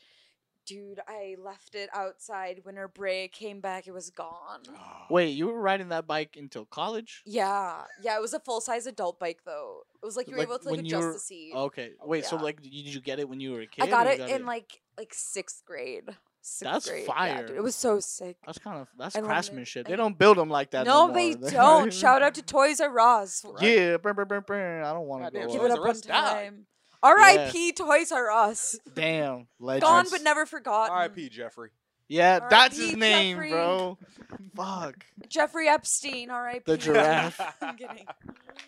Dude, I left it outside winter break, came back, it was gone.
Oh.
Ah.
wait you were riding that bike until college
Yeah, yeah, it was a full size adult bike though. It was like you were
Like,
able to like
when
adjust
you were-
the seat.
okay wait so
Yeah.
like did you get it when you were a kid
I got
or you
it in like like sixth grade. Sixth
That's
grade. Yeah,
fire.
dude, it was so sick.
that's kind of that's
I learned it-
craftsmanship
I
they
learned-
don't build them like that
no,
no, more.
they don't. Shout out to Toys R Us.
Yeah, brr, brr, brr, brr. I don't want to
Goddamn,
go.
Give
Toys
it
up.
up
R
one
Us died.
time. R.I.P. Toys R Us.
Damn, legends.
Gone but never forgotten.
R.I.P. Jeffrey.
Yeah,
R.I.P.
that's his name,
Jeffrey.
bro. Fuck.
Jeffrey Epstein. R.I.P.
The giraffe.
I'm kidding.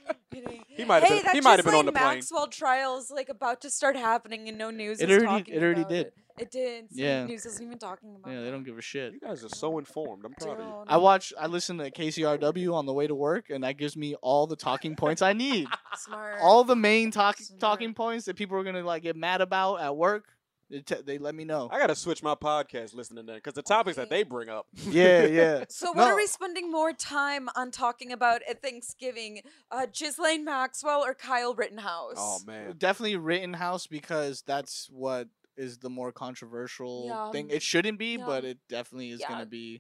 I'm kidding.
He might have
hey,
been-
that
he might have
just
been
like
on the plane.
Maxwell trials like about to start happening and no news.
It
is
already-
talking
it already
about
did.
It, It did. so
Yeah.
News isn't even talking about.
Yeah, they don't give a shit.
You guys are so informed. I'm proud of you.
I watch. I listen to KCRW on the way to work, and that gives me all the talking points I need.
Smart.
All the main talk- talking
Smart.
points that people are gonna like get mad about at work. They, t- they let me know.
I gotta switch my podcast listening to that because the topics that
Okay.
they bring up.
yeah, yeah.
So what are
No.
we spending more time on talking about at Thanksgiving? Uh, Ghislaine Maxwell or Kyle Rittenhouse?
Oh man.
Definitely Rittenhouse because that's what is the more controversial
Yeah.
thing. It shouldn't be, but
Yeah.
it definitely is
Yeah.
gonna be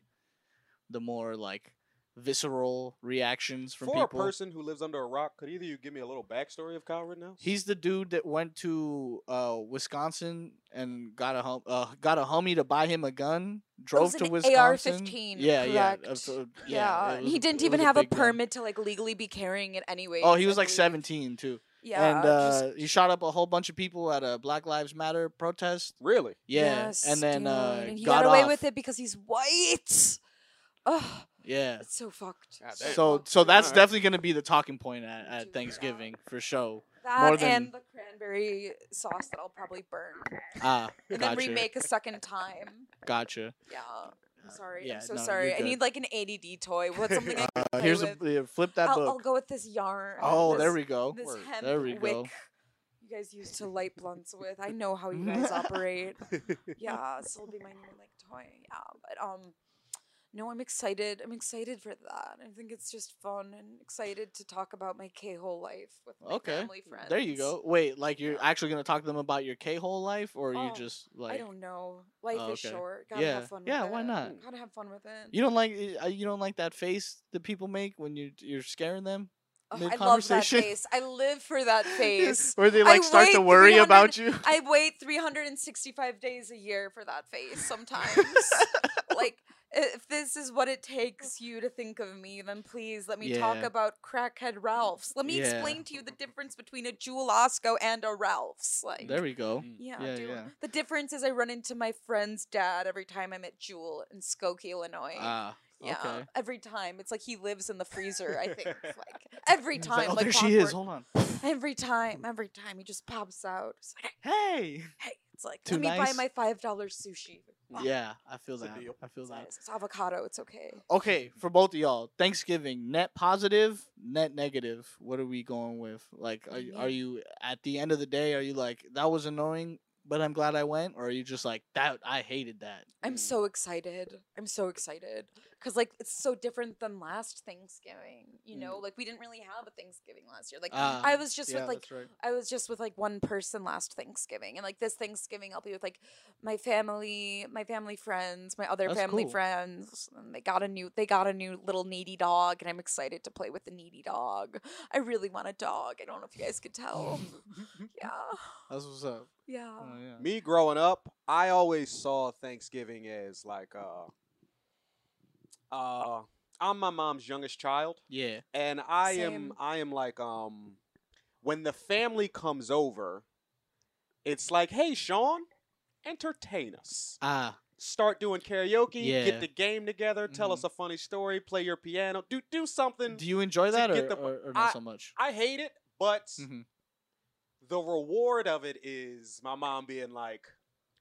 the more like visceral reactions from
For a
people.
person who lives under a rock, could either you give me a little backstory of Kyle Rittenhouse?
He's the dude that went to uh, Wisconsin and got a hum- uh, got a homie to buy him a gun. Drove
was
to
an
Wisconsin.
AR-15,
Yeah, yeah,
correct.
abso-
Yeah,
it
and
was-
he
it
didn't
was
even have a
big gun.
permit to like legally be carrying it anyway.
Oh, he was like seventeen too,
Yeah,
and
just-
uh, he shot up a whole bunch of people at a Black Lives Matter protest.
Really?
Yeah,
yes,
and then
dude,
uh,
and he
got,
got, away
off.
with it because he's white. Oh,
Yeah,
it's so fucked.
God damn.
so
fucked.
so that's
Alright.
definitely gonna be the talking point at,
Dude,
at Thanksgiving for sure.
that
more than-
and the cranberry sauce that I'll probably burn
Ah,
and
gotcha,
then remake a second time.
gotcha.
Yeah. I'm sorry.
Uh, yeah,
I'm so
no, you're
sorry. I
good.
need like an ADD toy. What's something I can
Uh,
play
here's a
with?
yeah, flip that
I'll, I'll
book.
go with this yarn.
oh, there
this-
we go.
This
Word.
hemp
There we
wick
go.
you guys used to light blunts with. I know how you guys operate. Yeah, so it'll be my new like toy. Yeah, but um, no, I'm excited. I'm excited for that. I think it's just fun and excited to talk about my K hole life with my
Okay.
family friends.
There you go. Wait, like you're
Yeah.
actually gonna talk to them about your K hole life, or you
Oh,
just like
I don't know. Life
Oh,
is
okay.
short. Gotta
Yeah.
have fun.
Yeah,
With
why
it.
not?
Gotta have fun with it.
you don't like uh, you don't like that face that people make when you you're scaring them.
Ugh, I love that
mid-conversation.
face. I live for that face.
Where they
I
like start to
wait
worry
300
about you.
I wait 365 days a year for that face sometimes. like, if this is what it takes you to think of me, then please let me talk
Yeah.
about Crackhead Ralphs. Let me
Yeah.
explain to you the difference between a Jewel Osco and a Ralph's. Like,
There we go.
Mm.
yeah,
Yeah,
dude.
yeah.
The difference is I run into my friend's dad every time I'm at Jewel in Skokie, Illinois.
Ah,
yeah,
okay.
every time. It's like he lives in the freezer, I think. like, every
It's
time.
like, oh,
like
there she is.
clockwork.
Hold on.
Every time, every time. He just pops out. It's like,
Hey.
hey, it's like,
Too
let me
nice?
buy my five dollar sushi. Oh,
Yeah, I feel
It's a
that.
deal.
I feel
it's,
that.
nice. It's avocado. It's okay.
Okay, for both of y'all, Thanksgiving net positive, net negative. What are we going with? Like, are, you- are
Mm-hmm.
Man.
you at the end of the day? Are you like that was annoying, but I'm glad I went, or are you just like that? I hated that.
I'm
Mm.
so excited. I'm so excited because like it's so different than last Thanksgiving. You know, like we didn't really have a Thanksgiving last year. Like
Mm. Ah,
I was just
yeah,
with like
that's right.
I was just with like one person last Thanksgiving, and like this Thanksgiving, I'll be with like my family, my family friends, my other
That's
family
cool.
friends. And they got a new, they got a new little needy dog, and I'm excited to play with the needy dog. I really want a dog. I don't know if you guys could tell. yeah,
That's what's up.
yeah.
Oh, yeah.
um, Me growing up, I always saw Thanksgiving as like uh uh I'm my mom's youngest child
Yeah.
and I am
Same.
I am like um when the family comes over, it's like, "Hey, Sean, entertain us.
Ah.
Start doing karaoke,
Yeah.
get the game together, tell
Mhm.
us a funny story, play your piano, do do something."
Do you enjoy
to
that, or,
get the-
or, or not
I-
so much?
I hate it, but
Mhm.
the reward of it is my mom being like,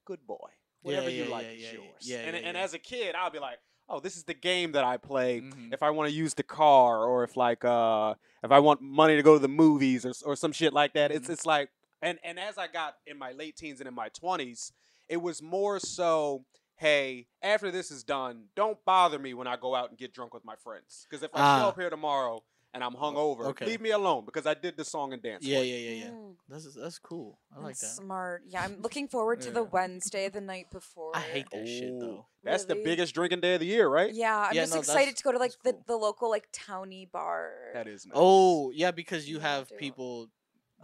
"Good boy, whatever
Yeah,
you
yeah,
like
yeah,
is
yeah,
yours."
yeah,
and,
yeah,
and
yeah.
as a kid, I'll be like, "Oh, this is the game that I play.
Mhm.
If I want to use the car, or if like, uh, if I want money to go to the movies, or s- or some shit like that." It's
Mhm.
it's like, and and as I got in my late teens and in my twenties, it was more so. Hey, after this is done, don't bother me when I go out and get drunk with my friends. Because if I show
Ah.
up here tomorrow and I'm hungover,
okay.
leave me alone because I did the song and dance.
Yeah,
for you.
yeah, yeah, yeah.
Mm,
That's that's cool. I like
that's
that.
Smart. Yeah, I'm looking forward to the
Yeah.
Wednesday the night before.
I hate that shit
Ooh.
though.
That's the
Really?
biggest drinking day of the year, right?
Yeah, I'm
Yeah,
just
no, that's-
excited to go to like
that's
the,
cool.
the local like towny bar.
That is nice.
Oh yeah, because you
Yeah,
have
dude.
people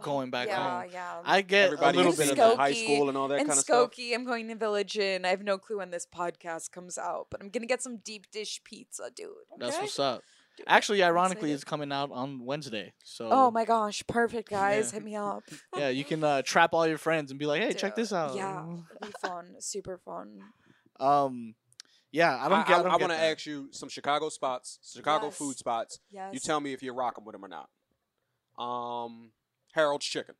going back
Oh, yeah,
home.
yeah.
I get
Um, everybody
a little
who's
bit
been
of
in
that.
high
Skokie
school and all that
and
kind of stuff.
Skokie, I'm going to Village Inn. I have no clue when this podcast comes out, but I'm gonna get some deep dish pizza, dude.
That's
Okay?
what's up.
Dude,
Actually,
I'm
ironically,
excited.
it's coming out on Wednesday. So
Oh my gosh, perfect guys,
Yeah.
hit me up.
yeah, you can uh, trap all your friends and be like, hey, check
Dude,
this out.
Yeah, it'll be fun, super fun.
Um, yeah, I don't
I,
get. I, don't
want to
get that.
ask you some Chicago spots, Chicago
Yes.
food spots.
Yes,
You tell me if you rock 'em with them or not. Um, Harold's Chicken.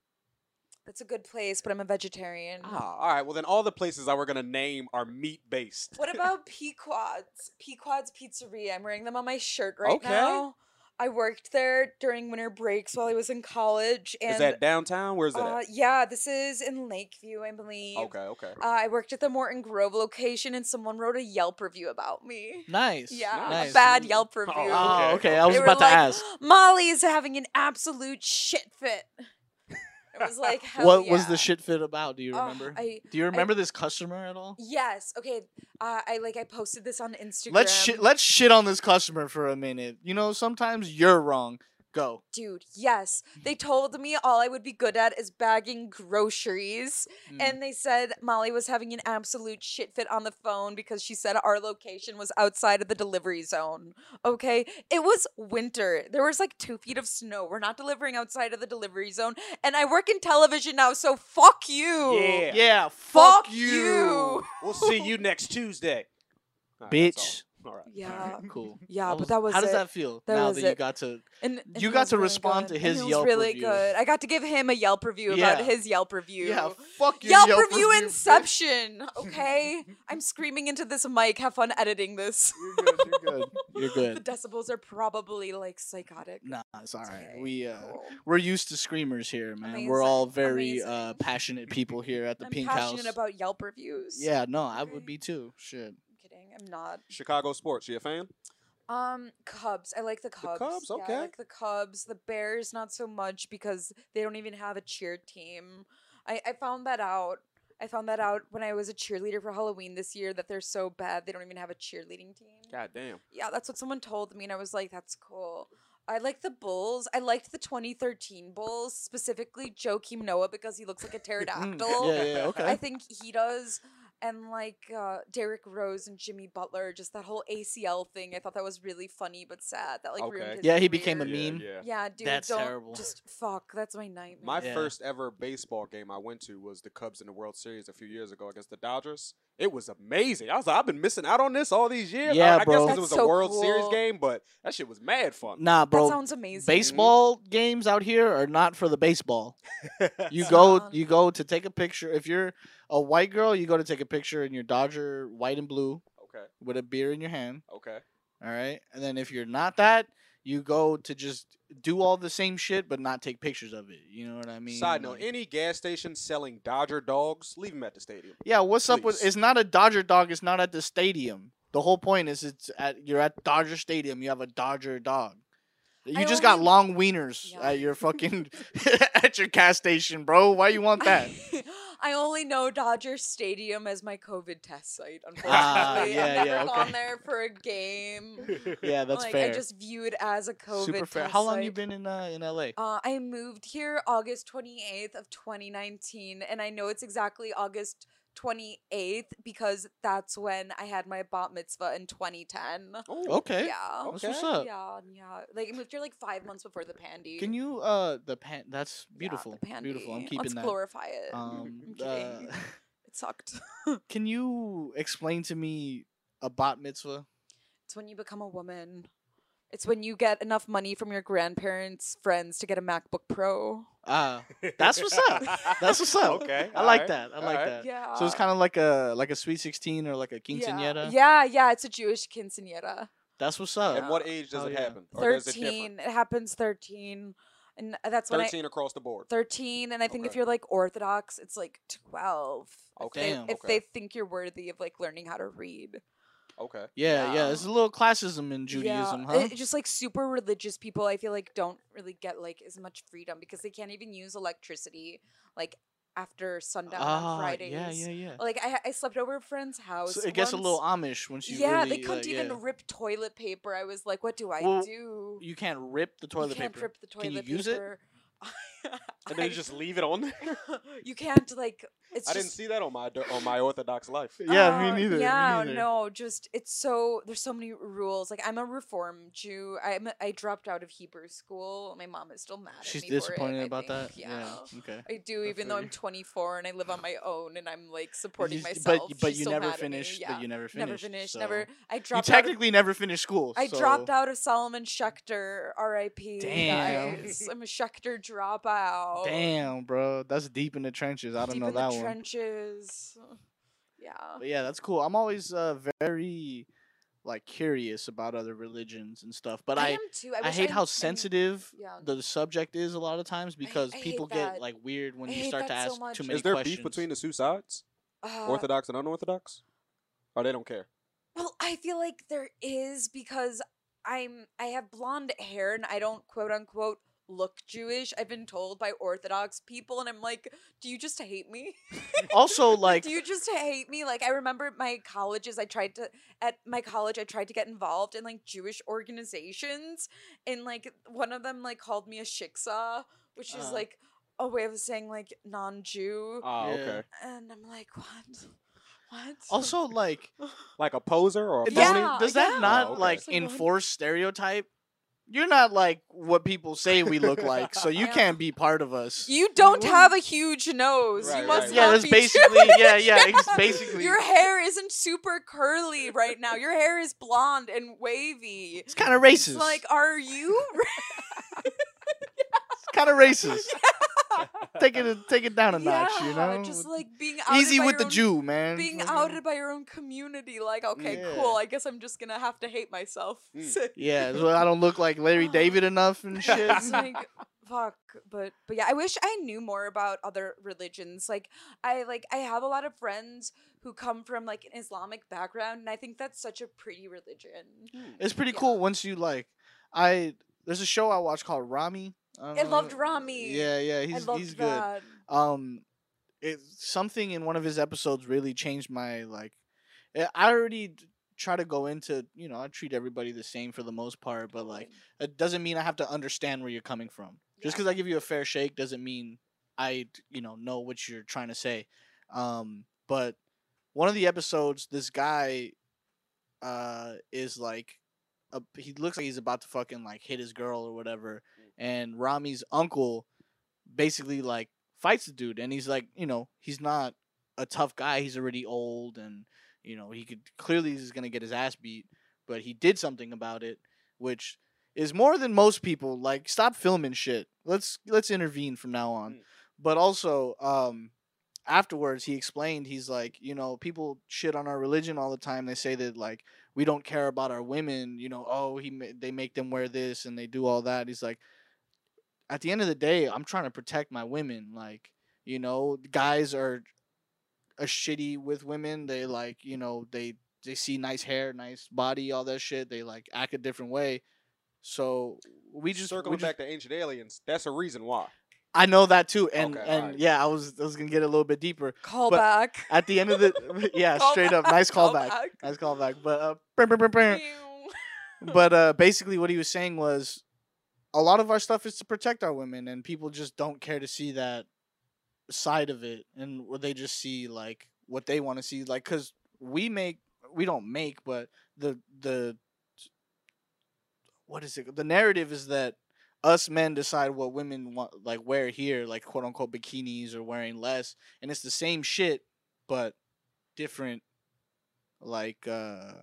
that's a good place, but I'm a vegetarian.
Ah, all right. Well, then all the places I were gonna name are meat based.
What about Pequod's? Pequod's Pizzeria. I'm wearing them on my shirt right
Okay.
now. I worked there during winter breaks while I was in college, and
Is that downtown? Where's it
uh,
at?
yeah, this is in Lakeview, I believe.
Okay, okay.
Uh, I worked at the Morton Grove location, and someone wrote a Yelp review about me.
Nice.
Yeah,
Nice.
a bad Yelp review.
Oh, okay.
Okay,
I was
They were
about to
like,
ask.
Molly is having an absolute shit fit. It was like, hell
What was
yeah.
the shit fit about? Do you
Ugh,
remember?
I
Do you remember this customer at all?
yes. Okay. Uh, I like. I posted this on Instagram.
Let's shit. Let's shit on this customer for a minute. You know, sometimes you're wrong. Go.
Dude, yes. They told me all I would be good at is bagging groceries.
Mm.
And they said Molly was having an absolute shit fit on the phone because she said our location was outside of the delivery zone. Okay. It was winter. There was like two feet of snow. We're not delivering outside of the delivery zone. And I work in television now, so fuck you.
Yeah.
Yeah.
Fuck
Fuck you,
We'll see you next Tuesday. All right, that's all.
bitch.
All right.
Yeah.
Cool.
Yeah,
How
but that was
How does
it.
that feel
That
now
was
that you
it.
got to?
And, and
You
he
got
was
to
really
respond to
good.
his
and he was
Yelp
really
review.
good. I got to give him a Yelp review
Yeah.
about his Yelp review.
Yeah, fuck your
Yelp,
Yelp
review,
bitch.
inception. Okay, I'm screaming into this mic. Have fun editing this.
You're good. You're good. You're
the
good.
decibels are probably like psychotic.
Nah, it's all right.
okay.
We uh,
Cool.
we're used to screamers here, man. We're
Amazing.
all very
Amazing.
uh, passionate people here at the
I'm
Pink House.
passionate about Yelp reviews.
yeah, no, I would
Great.
be too. Shit.
I'm kidding. I'm not.
Chicago sports. You a fan?
Um, Cubs. I like the Cubs.
Cubs,
Yeah,
okay.
I like the Cubs. The Bears, not so much because they don't even have a cheer team. I, I found that out. I found that out when I was a cheerleader for Halloween this year that they're so bad they don't even have a cheerleading team.
God damn.
Yeah, that's what someone told me, and I was like, that's cool. I like the Bulls. I liked the 2013 Bulls, specifically Joakim Noah because he looks like a pterodactyl.
Mm, Yeah, yeah, okay.
I think he does. And like uh, Derek Rose and Jimmy Butler, just that whole ACL thing. I thought that was really funny but sad. That like
Okay.
ruined his
Yeah, he became a
career.
meme.
Yeah.
Yeah, dude,
That's
don't
terrible.
just fuck. That's my nightmare.
My
Yeah.
first ever baseball game I went to was the Cubs in the World Series a few years ago against the Dodgers. It was amazing. I was like, I've been missing out on this all these years.
Yeah,
I, I
bro.
guess 'cause it was
That's
a
so
World Series
cool.
game, but that shit was mad fun.
Nah,
that
bro.
sounds amazing.
Baseball games out here are not for the baseball. You
It's
go,
not.
you go to take a picture. If you're a white girl, you go to take a picture in your Dodger white and blue
okay.
with a beer in your hand.
Okay.
All right. And then if you're not that, you go to just do all the same shit but not take pictures of it. You know what I mean?
Side note:
Like-
Any gas station selling Dodger dogs, leave them at the stadium.
yeah, what's up with
please.
it's not a Dodger dog, it's not at the stadium. The whole point is it's at you're at Dodger Stadium, you have a Dodger dog. You
I
just got
only-
long wieners
Yeah.
at your fucking at your gas station, bro. Why you want that?
I only know Dodger Stadium as my COVID test site. Unfortunately,
Ah, yeah,
I've never
yeah, okay.
gone there for a game.
yeah, that's
like,
fair.
I just view it as a COVID
Super fair.
test
How long you
site.
been in uh, in LA?
Uh, I moved here August 28th of 2019, and I know it's exactly August 28th because that's when I had my bat mitzvah in 2010.
Oh,
Okay.
Yeah.
That's what's
okay.
up.
Yeah, yeah. Like I moved here like five months before the pandy.
Can you uh the pan that's
Yeah,
beautiful.
the pandy.
beautiful. I'm keeping
Let's
that.
glorify it.
Um,
kidding.
uh,
it sucked.
can you explain to me a bat mitzvah?
It's when you become a woman. It's when you get enough money from your grandparents' friends to get a MacBook Pro.
Ah, that's what's up. That's what's up.
Okay.
I like
alright,
that. I like
alright.
that.
Yeah.
So it's kind of like a like a sweet sixteen or like a
Yeah,
quinceanera.
yeah, yeah, it's a Jewish quinceanera.
That's what's up.
At what age does
Hell
it
yeah.
happen? Or does it differ?
Thirteen. It, happens thirteen, and that's when I
Thirteen across the board.
thirteen. And I think if
Okay.
you're like Orthodox, it's like twelve. If
Okay.
they,
Damn.
if
Okay.
they think you're worthy of like learning how to read.
Okay.
Yeah, yeah,
Yeah.
It's a little classism in Judaism,
yeah.
huh?
it- just like super religious people, I feel like don't really get like as much freedom because they can't even use electricity like after sundown on
Ah,
Fridays.
yeah, yeah, yeah.
Like I, I slept over at a friend's house.
So it gets a little
once.
Amish once you
yeah,
really,
they couldn't
like,
even
yeah.
rip toilet paper. I was like, what do I
Well,
do?
You can't rip the
you
toilet
can't
paper.
rip the
Can you
toilet
use it?
paper.
And then
I-
you just leave it on there.
you can't like it's
I
just
didn't see that on my on my Orthodox life.
yeah,
Uh,
me neither. me
Yeah,
neither.
no, just it's so there's so many rules. Like I'm a reform Jew. I'm a, I dropped out of Hebrew school. My mom is still mad at
She's
me for it,
disappointed
I
about
think.
that. Yeah. Okay.
I do,
Good
even
for
though
you.
I'm 24 and I live on my own and I'm like supporting
You-
myself.
But but
She's
you
so
never
mad at me.
finished.
Yeah.
But you never finished.
never finished.
so-
Never. I
You
dropped. out of-
technically never finished school.
I
so-
dropped out of Solomon Schechter, R.I.P.
Damn.
Guys. I'm a Schechter dropout.
Damn, bro, that's deep in the trenches. I don't
Oh. Deep
know
in
that
the
one.
trenches. Yeah.
But yeah, that's cool. I'm always uh, very like curious about other religions and stuff, but I
I, am too. I,
I,
wish
hate
I-
how
I-
sensitive
Yeah.
the subject is a lot of times because
I hate
people
that.
get like weird when
I
you
hate
start to
that so
ask
much.
too
Is
many
Is there
questions.
beef between the two sides,
Uh,
Orthodox and unorthodox? Or they don't care.
Well, I feel like there is because I'm I have blonde hair and I don't quote unquote look Jewish. I've been told by Orthodox people and I'm like, do you just hate me?
also, like
do you just hate me? Like I remember at my colleges I tried to at my college I tried to get involved in like Jewish organizations and like one of them like called me a shiksa, which is
Uh-huh.
like a way of saying like non-Jew
Ah,
Yeah.
okay.
and I'm like, what? What?
also like
Like a poser or a phony?
does,
Yeah,
does that
yeah.
not
Oh, okay.
like
It's like, what?
enforce stereotype You're not like what people say we look like, so you
Yeah.
can't be part of us.
You don't have a huge nose.
Right,
you must
right.
yeah,
not
that's
be
basically
Jewish.
yeah, yeah, it's basically.
Your hair isn't super curly right now. Your hair is blonde and wavy.
it's kind of
It's
racist.
like, are you?
it's kind of racist. Take it take it down a notch, you
Yeah,
know.
just like being outed
Easy
by
with
your
the
own-
Jew, man.
Being
Fucking-
outed by your own community, like, okay,
Yeah.
cool. I guess I'm just gonna have to hate myself.
Mm.
Sick.
Yeah, so I don't look like Larry
Oh.
David enough and shit.
It's like fuck but but yeah i wish i knew more about other religions like i like i have a lot of friends who come from like an islamic background and i think that's such a pretty religion
It's pretty
Yeah.
cool once you like. I there's a show I watch called Rami. don't
i
know-
loved rami
Uh, Yeah, yeah,
i
he's
loved
he's good.
that
um it something in one of his episodes really changed my like eh, i already d- try to go into you know i treat everybody the same for the most part but like it doesn't mean i have to understand where you're coming from just
Yeah.
because i give you a fair shake doesn't mean i d- you know know what you're trying to say um but one of the episodes this guy uh is like a, he looks like he's about to fucking like hit his girl or whatever and rami's uncle basically like fights the dude and he's like you know he's not a tough guy he's already old and you know he could clearly he's gonna get his ass beat but he did something about it which is more than most people like stop filming shit let's let's intervene from now on
Mm.
but also um afterwards he explained he's like you know people shit on our religion all the time they say that like we don't care about our women you know oh he ma- they make them wear this and they do all that he's like at the end of the day i'm trying to protect my women like you know guys are a shitty with women they like you know they they see nice hair nice body all that shit they like act a different way so we just
circling
we just-
back to ancient aliens. That's a reason why.
i know that too and
Okay,
and
alright.
yeah i was i was gonna get a little bit deeper
call back
at the end of the yeah, straight up, nice callback, nice callback. But uh, brr, brr, brr, brr. but uh, basically, what he was saying was, a lot of our stuff is to protect our women, and people just don't care to see that side of it, and where they just see like what they want to see, like because we make we don't make, but the the what is it? The narrative is that us men decide what women want, like wear here, like quote unquote bikinis or wearing less, and it's the same shit, but different, like uh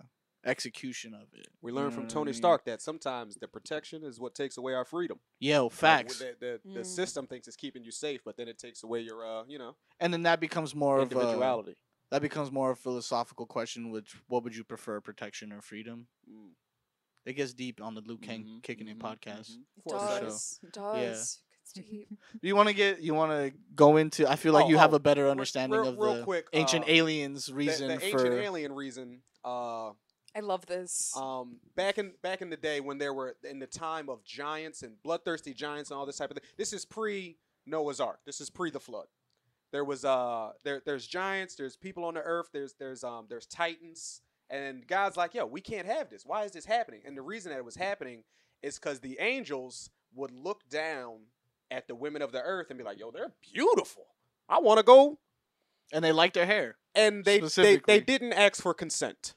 execution of it.
We
You
learned
know
from
what I
Tony
mean?
Stark that sometimes the protection is what takes away our freedom.
Yo,
Like,
facts,
the the, the
Mm.
system thinks it's keeping you safe, but then it takes away your uh, you know,
and then that becomes more of uh, a,
individuality.
that becomes more a philosophical question. Which what would you prefer, protection or freedom?
Mm.
It gets deep on the Luke King
Mhm,
kicking it
mhm,
podcast.
mhm. For sure.
does does It's deep.
Do you want to get? You want to go into? I feel like
Oh,
you have
oh,
a better understanding
real-
of
real
the
quick,
ancient
uh,
aliens
The-
reason
the,
for.
ancient alien reason. Uh,
i love this
um, back in back in the day when there were in the time of giants and bloodthirsty giants and all this type of thing. This is pre Noah's Ark. This is pre the flood. There was uh there there's giants. There's people on the earth. There's there's um there's titans. And God's like, yo, we can't have this. Why is this happening? And the reason that it was happening is because the angels would look down at the women of the earth and be like, yo, they're beautiful. I want to go
and they like their hair.
and they, they
Specifically.
they didn't ask for consent.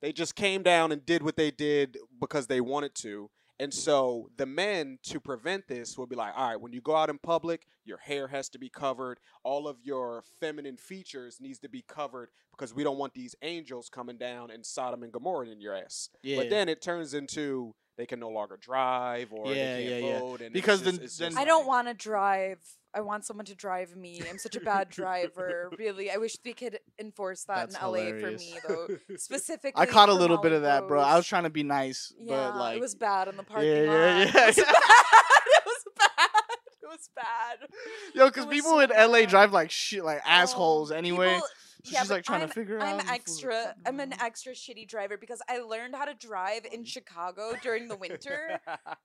They just came down and did what they did because they wanted to. And so the men to prevent this would be like, all right, when you go out in public, your hair has to be covered. All of your feminine features needs to be covered because we don't want these angels coming down and Sodom and Gomorrah in your ass.
Yeah.
But then it turns into they can no longer drive or
Yeah,
they can't
yeah, yeah.
vote. And it's
Because
just-
then-
it's
then-
just
I don't
like-
want to drive. I want someone to drive me. I'm such a bad driver. Really, I wish they could enforce that
That's
in LA
hilarious.
for me, though. Specifically,
I caught a
for
little bit
Molly
of that, bro. I
Rose.
was trying to be nice,
Yeah,
but like
it was bad in the parking
yeah,
lot.
yeah.
It was bad. It was bad. It was bad.
Yo,
It
because
was
people
so
in LA
bad.
drive like shit, like assholes.
Um,
Anyway,
people-
so
yeah,
she's
but
like trying
I'm-
to figure out.
I'm
and the fool's like,
extra.
"Fuck
I'm
no."
an extra shitty driver because I learned how to drive in Chicago during the winter.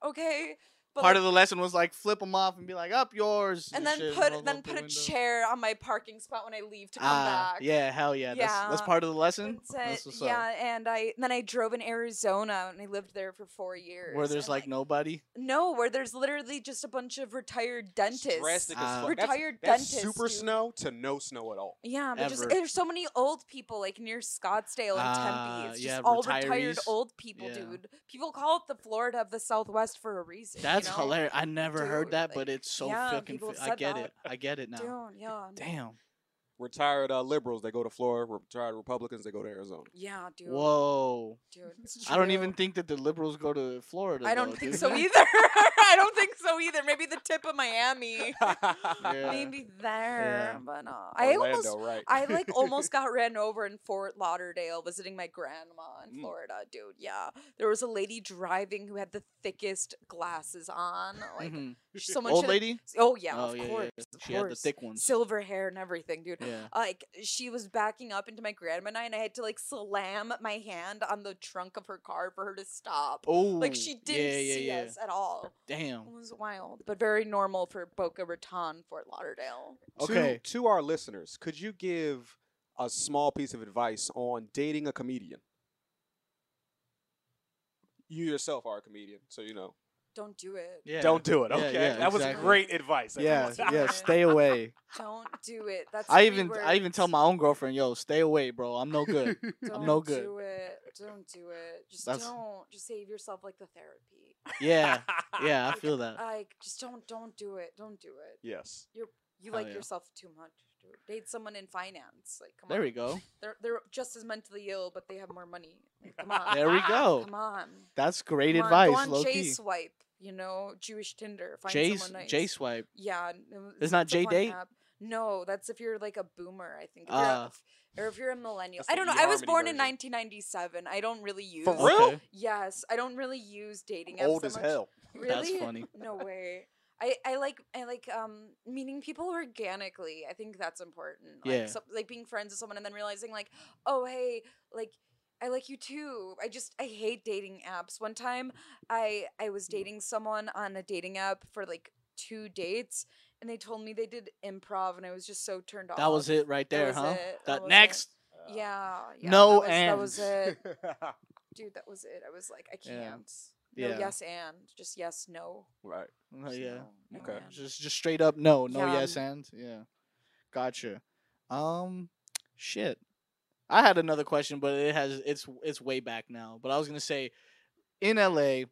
Okay, But,
Part
like-
of the lesson was like flip them off and be like up yours.
and then
shit roll
put then
out the
put a
window.
chair on my parking spot when I leave to come
Ah,
back.
yeah, hell yeah. That's that's
Yeah.
part of the lesson.
That's it.
what's up.
yeah, and I then I drove in Arizona and I lived there for four years.
Where there's
and,
like nobody.
no, where there's literally just a bunch of retired dentists.
Drastic as
Ah.
fuck. That's-
Retired
that's
dentists,
Super
dude.
snow to no snow at all.
Yeah, but just
Ever.
there's so many old people like near Scottsdale and
Ah,
Tempe. It's just
yeah,
all retired
retirees.
old people,
Yeah.
dude. People call it the Florida of the Southwest for a reason. you
That's
know?
hilarious. I never heard
Dude,
that, but
like,
it's so
yeah,
fucking.
people
Fi-
have
I
said
get
that.
it. I get it now.
Dude, yeah. no.
Damn.
Retired uh, liberals, they go to Florida. Retired Republicans, they go to Arizona.
Yeah, dude.
Whoa.
dude it's
I don't
true.
even think that the liberals go to Florida.
I don't
though,
think
do
so
they?
either. I don't think so either. Maybe the tip of Miami.
Yeah.
Maybe there, but uh, I almost,
Orlando, right?
I like almost got ran over in Fort Lauderdale visiting my grandma in
Mm.
Florida, dude. Yeah, there was a lady driving who had the thickest glasses on, like
Mhm.
someone.
Old
should-
lady.
Oh yeah,
Oh,
of
yeah, yeah,
course.
yeah.
of
She had the
course.
thick ones.
Silver hair and everything, dude.
Yeah.
Like she was backing up into my grandma and I, and I had to like slam my hand on the trunk of her car for her to stop.
Oh.
Like she didn't
yeah, yeah,
see
yeah. Oh.
us at all.
Damn.
It was wild, but very normal for Boca Raton, Fort Lauderdale.
Okay.
To, to our listeners, could you give a small piece of advice on dating a comedian? You yourself are a comedian, so you know.
Don't do it.
Yeah.
Don't do it.
Yeah,
Okay,
yeah,
that was
exactly.
great advice.
Yeah.
everyone.
Yeah. Stay away.
Don't do it. That's
I
three
even I even tell
words.
my own girlfriend, yo, stay away, bro. I'm no good.
don't
no good.
Do it. Don't do it. Just
That's-
don't. Just save yourself like the therapy.
yeah. Yeah. I feel that.
Like just don't don't do it. Don't do it.
Yes.
You
Hell
like
yeah.
yourself too much. Dude. Date someone in finance. Like come
There
on.
we go.
They're they're just as mentally ill, but they have more money. Like, come on.
There we go.
Come on.
That's great
Come on.
advice,
Go on
low
J
key.
swipe. You know, Jewish Tinder. Find
J
someone nice.
J swipe.
Yeah, n- n-
It's not
a fun
J-Date?
app. No, that's if you're like a boomer. I think, if you're
Ah.
a- if- or if you're a millennial.
That's
I
the
don't know. I was
eHarmony
born in
version.
1997. I don't really use.
For real?
Okay.
Yes, I don't really use dating apps.
Old
so
as
much.
hell.
Really?
That's funny.
No way. I, I like I like um meeting people organically. I think that's important. Like,
Yeah.
so- like being friends with someone and then realizing like, oh hey, like I like you too. I just I hate dating apps. One time I I
Mm.
was dating someone on a dating app for like two dates and they told me they did improv and I was just so turned off.
That was it right
Oh, That
there,
was
huh?
it. That
That
was it.
next.
Yeah. yeah
No
that was, that was it.
right.
Dude, that was it. I was like, I
Yeah.
can't. No,
Yeah.
yes and just yes, no.
Uh,
just
Yeah.
no, no,
Okay.
and.
Just just straight up no, no
Yeah. um
yes and yeah. Gotcha. Um shit. I had another question, but it has it's it's way back now. But I was gonna say in LA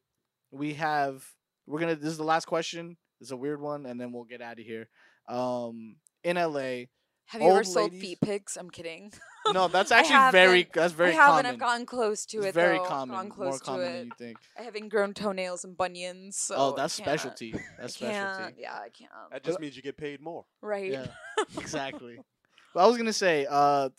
we have we're gonna this is the last question. It's a weird one, and then we'll get out of here. Um in LA.
Have you ever
Old
sold
ladies-
feet pics? I'm kidding.
No, that's
I
actually very
haven't.
that's very
I haven't.
common.
I've gotten close to
it's
it.
very
though. I've
common.
Gone close
more common
to
than
it.
you think.
I haven't grown toenails and bunions. So
oh,
I
that's
can't-
specialty. That's
I can't.
specialty.
Yeah, I can't.
That just means you get paid more.
right.
Yeah, exactly. But I was gonna say, uh,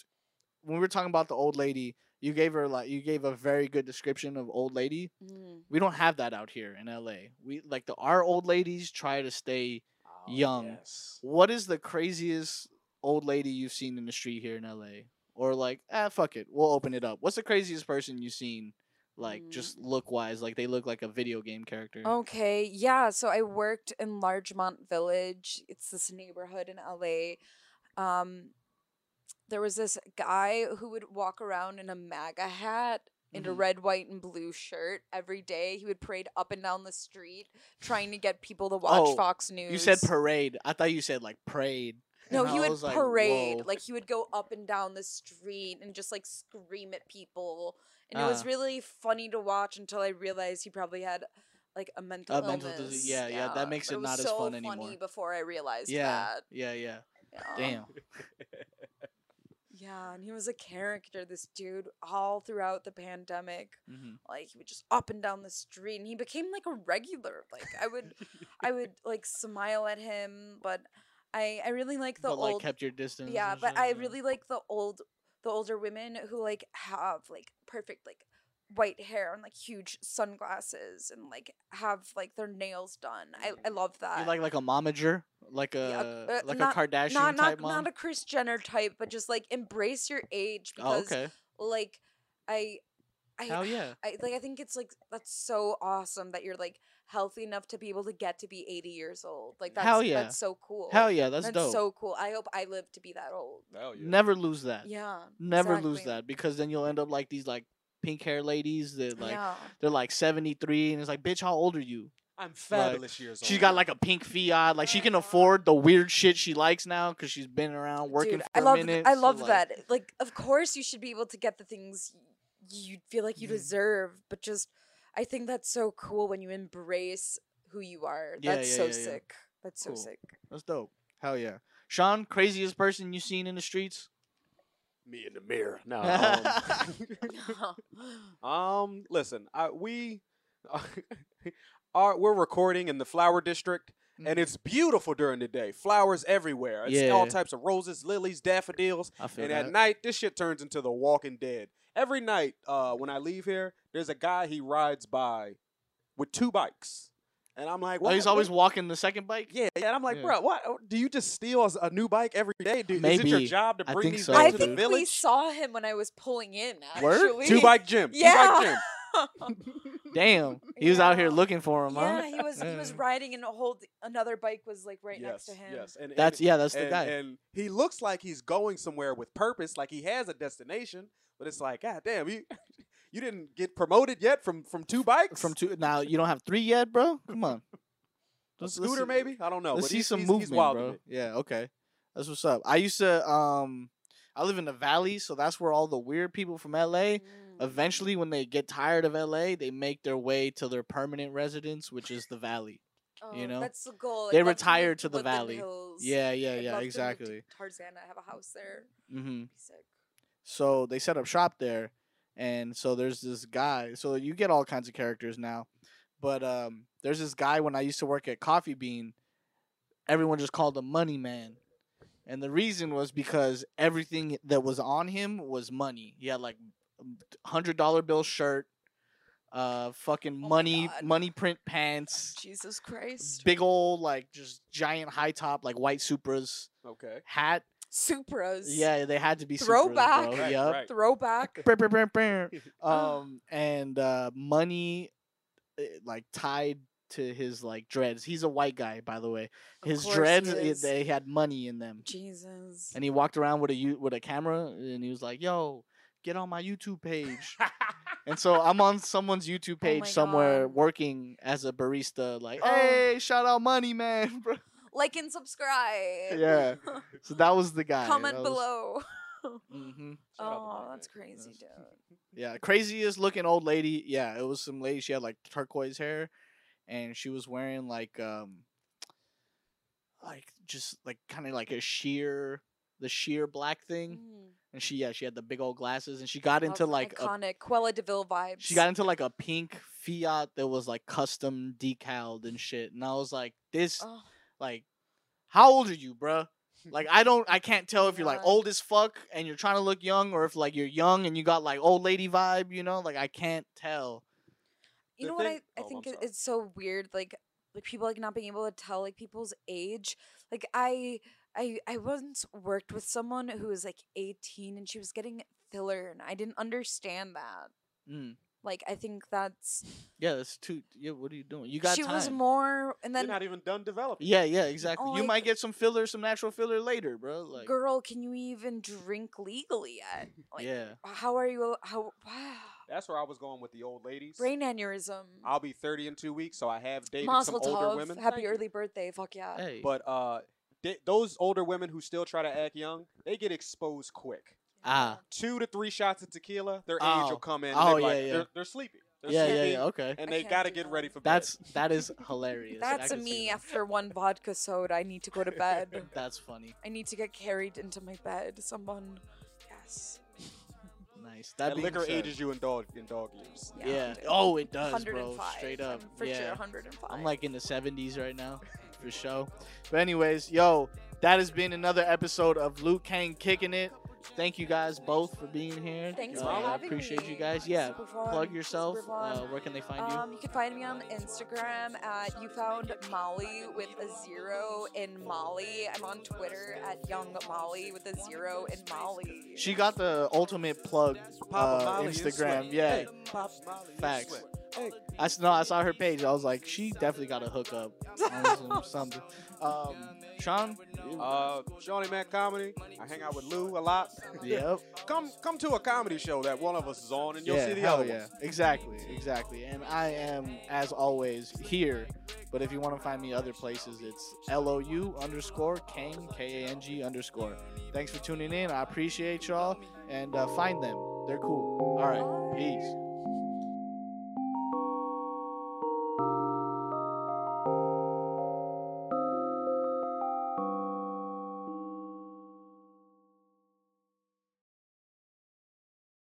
when we were talking about the old lady, you gave her like you gave a very good description of old lady.
Mm.
We don't have that out here in LA. We like the our old ladies try to stay. Young.
Yes.
What is the craziest old lady you've seen in the street here in LA? Or like, ah, fuck it, we'll open it up. What's the craziest person you've seen? Like
Mm. Oh,
just look wise, like they look like a video game character.
Okay. Yeah. So I worked in Largemont Village. It's this neighborhood in LA. Um, there was this guy who would walk around in a MAGA hat and a
Mhm.
red, white, and blue shirt every day. He would parade up and down the street trying to get people to watch
Oh,
Fox News.
You said parade. I thought you said like parade.
No,
and
he
I
would
was like,
parade.
"Whoa."
Like he would go up and down the street and just like scream at people. And it was
Ah.
really funny to watch until I realized he probably had like a mental
A
illness.
mental dise- yeah, yeah, that makes
But
it
was
not as
so
fun
funny
anymore.
Before I realized
yeah,
that.
yeah, yeah.
Yeah.
Damn.
Yeah, and he was a character, this dude, all throughout the pandemic.
hmm
Like he would just up and down the street and he became like a regular. Like I would I would like smile at him, but I I really like the
but
old
like kept your distance.
yeah
and
but
shit,
i
yeah.
really like the old the older women who like have like perfect like white hair and like huge sunglasses and like have like their nails done i, I love that
You like like a momager, like a
uh,
like
not-
a Kardashian
not
type
not,
mom.
not a chris jenner type but just like embrace your age
oh,
because
okay.
like i i
Hell yeah.
I like I think it's like that's so awesome that you're like healthy enough to be able to get to be 80 years old. Like that's
Hell yeah.
that's so cool.
Hell yeah, that's, dope.
oh, so cool. I hope I live to be that old.
Hell yeah.
Never lose that.
Yeah.
Never lose
exactly.
that because then you'll end up like these like pink hair ladies that like
yeah.
they're like 73 and it's like bitch how old are you
I'm fabulous years old.
she's got like a pink fiat like she can
uh-huh.
afford the weird shit she likes now because she's been around working
Dude,
for
I
a
love
minute
I
so,
love
like-
that. Like of course you should be able to get the things you feel like you
Mhm.
deserve, but just I think that's so cool when you embrace who you are.
Yeah,
that's
yeah,
so
yeah, yeah.
sick. That's so
Cool.
sick.
that's dope hell yeah sean craziest person you seen in the streets
me in the mirror. No. Um, Um, listen, I, we are we're recording in the flower district, and it's beautiful during the day. Flowers everywhere. It's all
Mm-hmm. Yeah.
types of roses, lilies, daffodils.
Mm.
i feel
and
that
at night, this shit turns into The Walking Dead. Every night, uh, when I leave here, there's a guy he rides by with two bikes, and I'm like,
oh,
"Why-
he's always
what-
walking the second bike
Yeah, yeah, and I'm like,
Yeah.
bro, what? Oh, Do you just steal us a new bike every day? Dude, is it your
Maybe.
job to
I
bring
think
these
so,
back
I
to the
think
dude.
we
village?
saw him when I was pulling in.
Word?
Actually,
Two bike gym, two
Yeah.
bike gym.
damn he was out here
Yeah.
looking for him huh
yeah, he was he was
Yeah.
riding and a whole another bike was like right next to
Yes,
him.
Yes, and, and-
that's yeah that's the
and,
guy
and he looks like he's going somewhere with purpose, like he has a destination. But it's like, God damn, you you didn't get promoted yet from from two bikes,
from two now you don't have three yet bro come on
a
Let's- let's
scooter
see-
maybe. I don't know.
Let's
but
see
he's,
some
he's,
movement,
he's wild
bro.
with it.
Yeah, okay. That's what's up. I used to um I live in the valley, so that's where all the weird people from LA
Mm.
eventually when they get tired of LA, they make their way to their permanent residence, which is the valley. you
Oh,
know,
that's the goal.
they
I'd love move
retired to the
Woodland
valley.
Hills.
Yeah, yeah, yeah,
I'd love to move to
exactly.
Tarzana, have a house there.
Mhm.
Be sick.
So they set up shop there, and so there's this guy. So you get all kinds of characters now, but um, there's this guy when I used to work at Coffee Bean. Everyone just called him Money Man, and the reason was because everything that was on him was money. He had like hundred dollar bill shirt, uh, fucking
Oh my
money
God.
money print pants,
Jesus Christ.
big old like just giant high top like white Supras
Okay,
hat.
Supras.
Mm. Yeah, they had to be Supras,
Throwback.
bro.
Right,
Oh, Yup.
right.
Throwback.
Brr, brr, brr, brr.
Oh.
um and uh money uh, like tied to his like dreads he's a white guy by the way
Of
his
course he
dreads i-
is.
they had money in them
Jesus.
and he walked around with a you with a camera and he was like yo get on my youtube page and so i'm on someone's youtube page
Oh my
somewhere
God.
working as a barista like
Oh.
hey shout out money man bro.
like and subscribe.
Yeah. so that was the guy
Comment below.
hmm
Shout out to Mike,
oh,
man.
that's crazy,
That's-
dude.
Yeah, craziest looking old lady. Yeah, it was some lady. She had like turquoise hair, and she was wearing like um, like just like kind of like a sheer, the sheer black thing.
Mm.
And she yeah, she had the big old glasses, and she got into
Love
like a,
iconic Quella Deville vibes.
she got into like a pink Fiat that was like custom decaled and shit. And I was like, this
Oh,
like, how old are you, bruh? Like I don't, I can't tell if you're like
Yeah.
old as fuck and you're trying to look young, or if like you're young and you got like old lady vibe, you know? Like I can't tell.
you
The
know what I,
thing-
I
oh, I'm
think it-
sorry.
it's so weird like like people like not being able to tell like people's age like i i i once worked with someone who was like 18 and she was getting filler and i didn't understand that
Mm.
like i think that's
Yeah, that's too. Yeah, what are you doing? You got
she
time.
was more and
You're
then
not even done developing.
yeah, yeah, exactly. you
like-
might get some filler, some natural filler later, bro. Like,
girl can you even drink legally yet like
yeah,
how are you al- how wow
That's where I was going with the old ladies.
brain aneurysm
I'll be 30 in two weeks, so I have dated some
Mazel
older
tov,
women.
happy
Thank you.
early birthday fuck yeah
hey,
But uh, they, those older women who still try to act young, they get exposed quick.
Ah.
two to three shots of tequila, their age
Oh.
will come in.
Oh,
and they're like,
yeah, yeah.
They're, they're sleepy. They're
yeah, yeah,
sleepy,
yeah. Okay,
And
I
they
can't
gotta
do
get
that.
ready for bed.
that's that is hilarious. I
that's
can see
me
that.
after one vodka soda i need to go to bed
That's funny.
I need to get carried into my bed. Someone, yes.
Nice. That,
that
being
liquor
said-
ages you in dog in dog years.
Yeah. Oh, it does, bro.
105.
Straight up.
I'm for
yeah.
sure 105.
I'm like in the 70s right now, for sure. But anyways, yo, that has been another episode of Luke Kang kicking it. Thank you guys both for being here.
Thanks
uh,
for having
appreciate
me.
you guys. Yeah,
Super fun,
plug yourself.
super fun.
Uh, where can they find you?
Um, you can find me on Instagram at you found Molly with a zero in Molly. I'm on Twitter at young Molly with a zero in Molly.
She got the ultimate plug
Papa
uh,
Molly is
Instagram.
slick.
Yeah,
Hey, Papa Molly is
Facts.
slick.
hey. I s- no, I saw her page. I was like, she definitely got a hookup on some, something. Um, Sean.
Uh, Shawnee Mac Comedy. I hang out with Lou a lot.
Yep.
Come come to a comedy show that one of us is on, and you'll
yeah,
see the
hell
other
yeah.
ones.
Exactly, exactly. And I am, as always, here. But if you want to find me other places, it's L-O-U underscore Kang, K-A-N-G underscore. Thanks for tuning in. I appreciate y'all. And uh, find them. They're cool. All right. Peace.